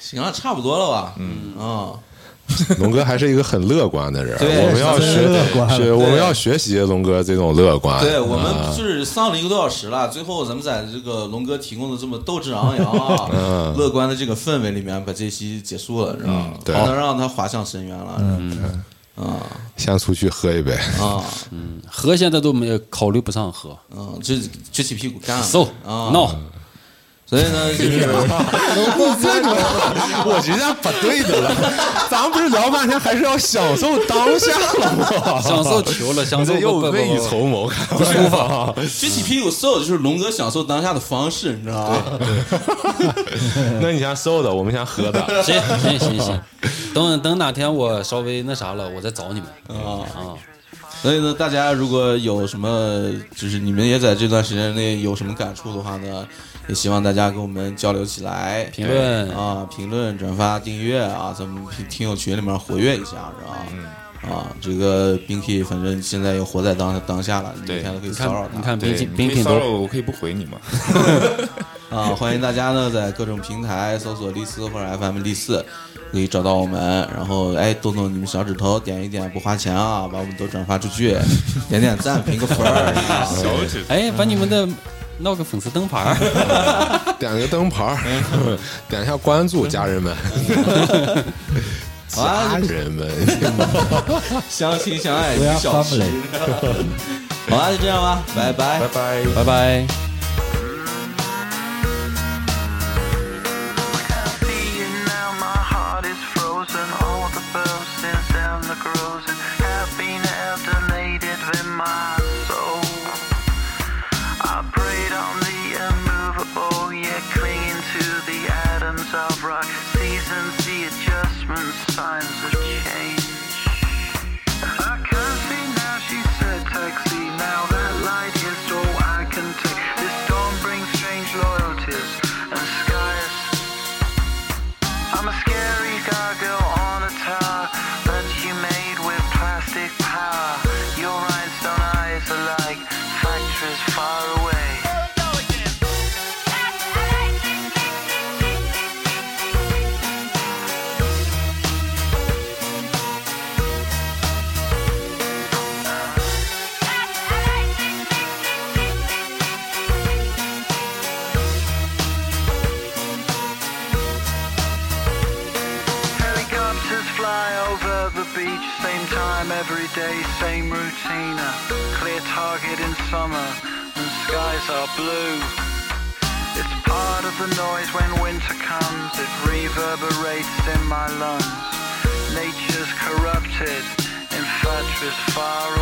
[SPEAKER 1] 行了，差不多了吧？嗯啊，
[SPEAKER 6] 龙哥还是一个很乐观的人，
[SPEAKER 1] 对
[SPEAKER 6] 我们要
[SPEAKER 3] 是乐观
[SPEAKER 6] 学，是我们要学习龙哥这种乐观。
[SPEAKER 1] 对我
[SPEAKER 6] 啊
[SPEAKER 1] 们就是上了一个多小时了，最后咱们在这个龙哥提供的这么斗志昂扬啊、 *laughs* 乐观的这个氛围里面，把这期结束了，知道吗
[SPEAKER 6] 嗯？对
[SPEAKER 1] 好能让他滑向深渊了，嗯啊
[SPEAKER 6] 先出去喝一杯，
[SPEAKER 1] 啊
[SPEAKER 5] 和现在都没有考虑不上和，
[SPEAKER 1] 嗯，就撅起屁股干了
[SPEAKER 5] ，so
[SPEAKER 1] 啊
[SPEAKER 5] no，
[SPEAKER 1] 所以呢，就是
[SPEAKER 6] *laughs* 我觉得不对的了。咱们不是聊半天，还是要享受当下了 *laughs* 吗？
[SPEAKER 5] 享受球了，享
[SPEAKER 6] 你
[SPEAKER 5] 受
[SPEAKER 6] 这又
[SPEAKER 5] 不不不
[SPEAKER 6] 未雨
[SPEAKER 5] 不
[SPEAKER 6] 绸缪，不舒服啊！
[SPEAKER 1] 撅起屁股 so 就是龙哥享受当下的方式，你知道吗？
[SPEAKER 6] *laughs* 那你先瘦的，我们先喝的。
[SPEAKER 5] 行行行行，等等哪天我稍微那啥了，我再找你们啊啊！
[SPEAKER 1] 所以呢，大家如果有什么，就是你们也在这段时间内有什么感触的话呢，也希望大家跟我们交流起来，
[SPEAKER 5] 评论
[SPEAKER 1] 啊，评论、转发、订阅啊，咱们听听友群里面活跃一下，是吧？
[SPEAKER 5] 嗯
[SPEAKER 1] 啊，这个 Binky 反正现在又活在当当下了，你每
[SPEAKER 2] 对
[SPEAKER 1] 天都可以
[SPEAKER 5] 你
[SPEAKER 1] 骚扰
[SPEAKER 5] 看
[SPEAKER 1] 他。
[SPEAKER 5] 你看冰
[SPEAKER 2] 对，
[SPEAKER 5] 品
[SPEAKER 2] 你
[SPEAKER 5] 冰
[SPEAKER 2] 可以
[SPEAKER 5] 品
[SPEAKER 2] 骚
[SPEAKER 5] 都
[SPEAKER 2] 扰我，我可以不回你吗？
[SPEAKER 1] 啊，欢迎大家呢在各种平台搜索“丽思”或者 “FM 丽四”，可以找到我们。然后哎，动动你们小指头，点一点，不花钱啊，把我们都转发出
[SPEAKER 5] *laughs*
[SPEAKER 1] 去，点点赞，评个分儿。 *laughs*
[SPEAKER 2] 小指
[SPEAKER 5] 哎，把你们的闹个粉丝灯牌儿，
[SPEAKER 6] 点个灯牌儿， *laughs* 点一下关注，家人们， *laughs* 家人们，
[SPEAKER 1] 相亲相爱
[SPEAKER 3] 我
[SPEAKER 1] 一
[SPEAKER 3] 要
[SPEAKER 1] 小时
[SPEAKER 3] family。。
[SPEAKER 1] 好啊啦，就这样吧，拜拜
[SPEAKER 2] 拜。拜。
[SPEAKER 5] 拜拜。
[SPEAKER 8] Seeing now my heart is frozen. All the persons and the corrosion have been detonated with my soul. I prayed on the immovable, yet clinging to the atoms of rock. Seasons, the adjustments, signs of change. I can see now she said taxi. Now that light is all I can take. This storm brings strange loyalties and skies. I'm a scary gargoyle on a tower that you made with plastic power. Your rhinestone eyes are like factories far away. Helicopters fly over the beach, same time every day, same routine. A clear target in summer, and skies are blue. It's part of the noise when winter comes, it reverberates in my lungs. Nature's corrupted, in factories far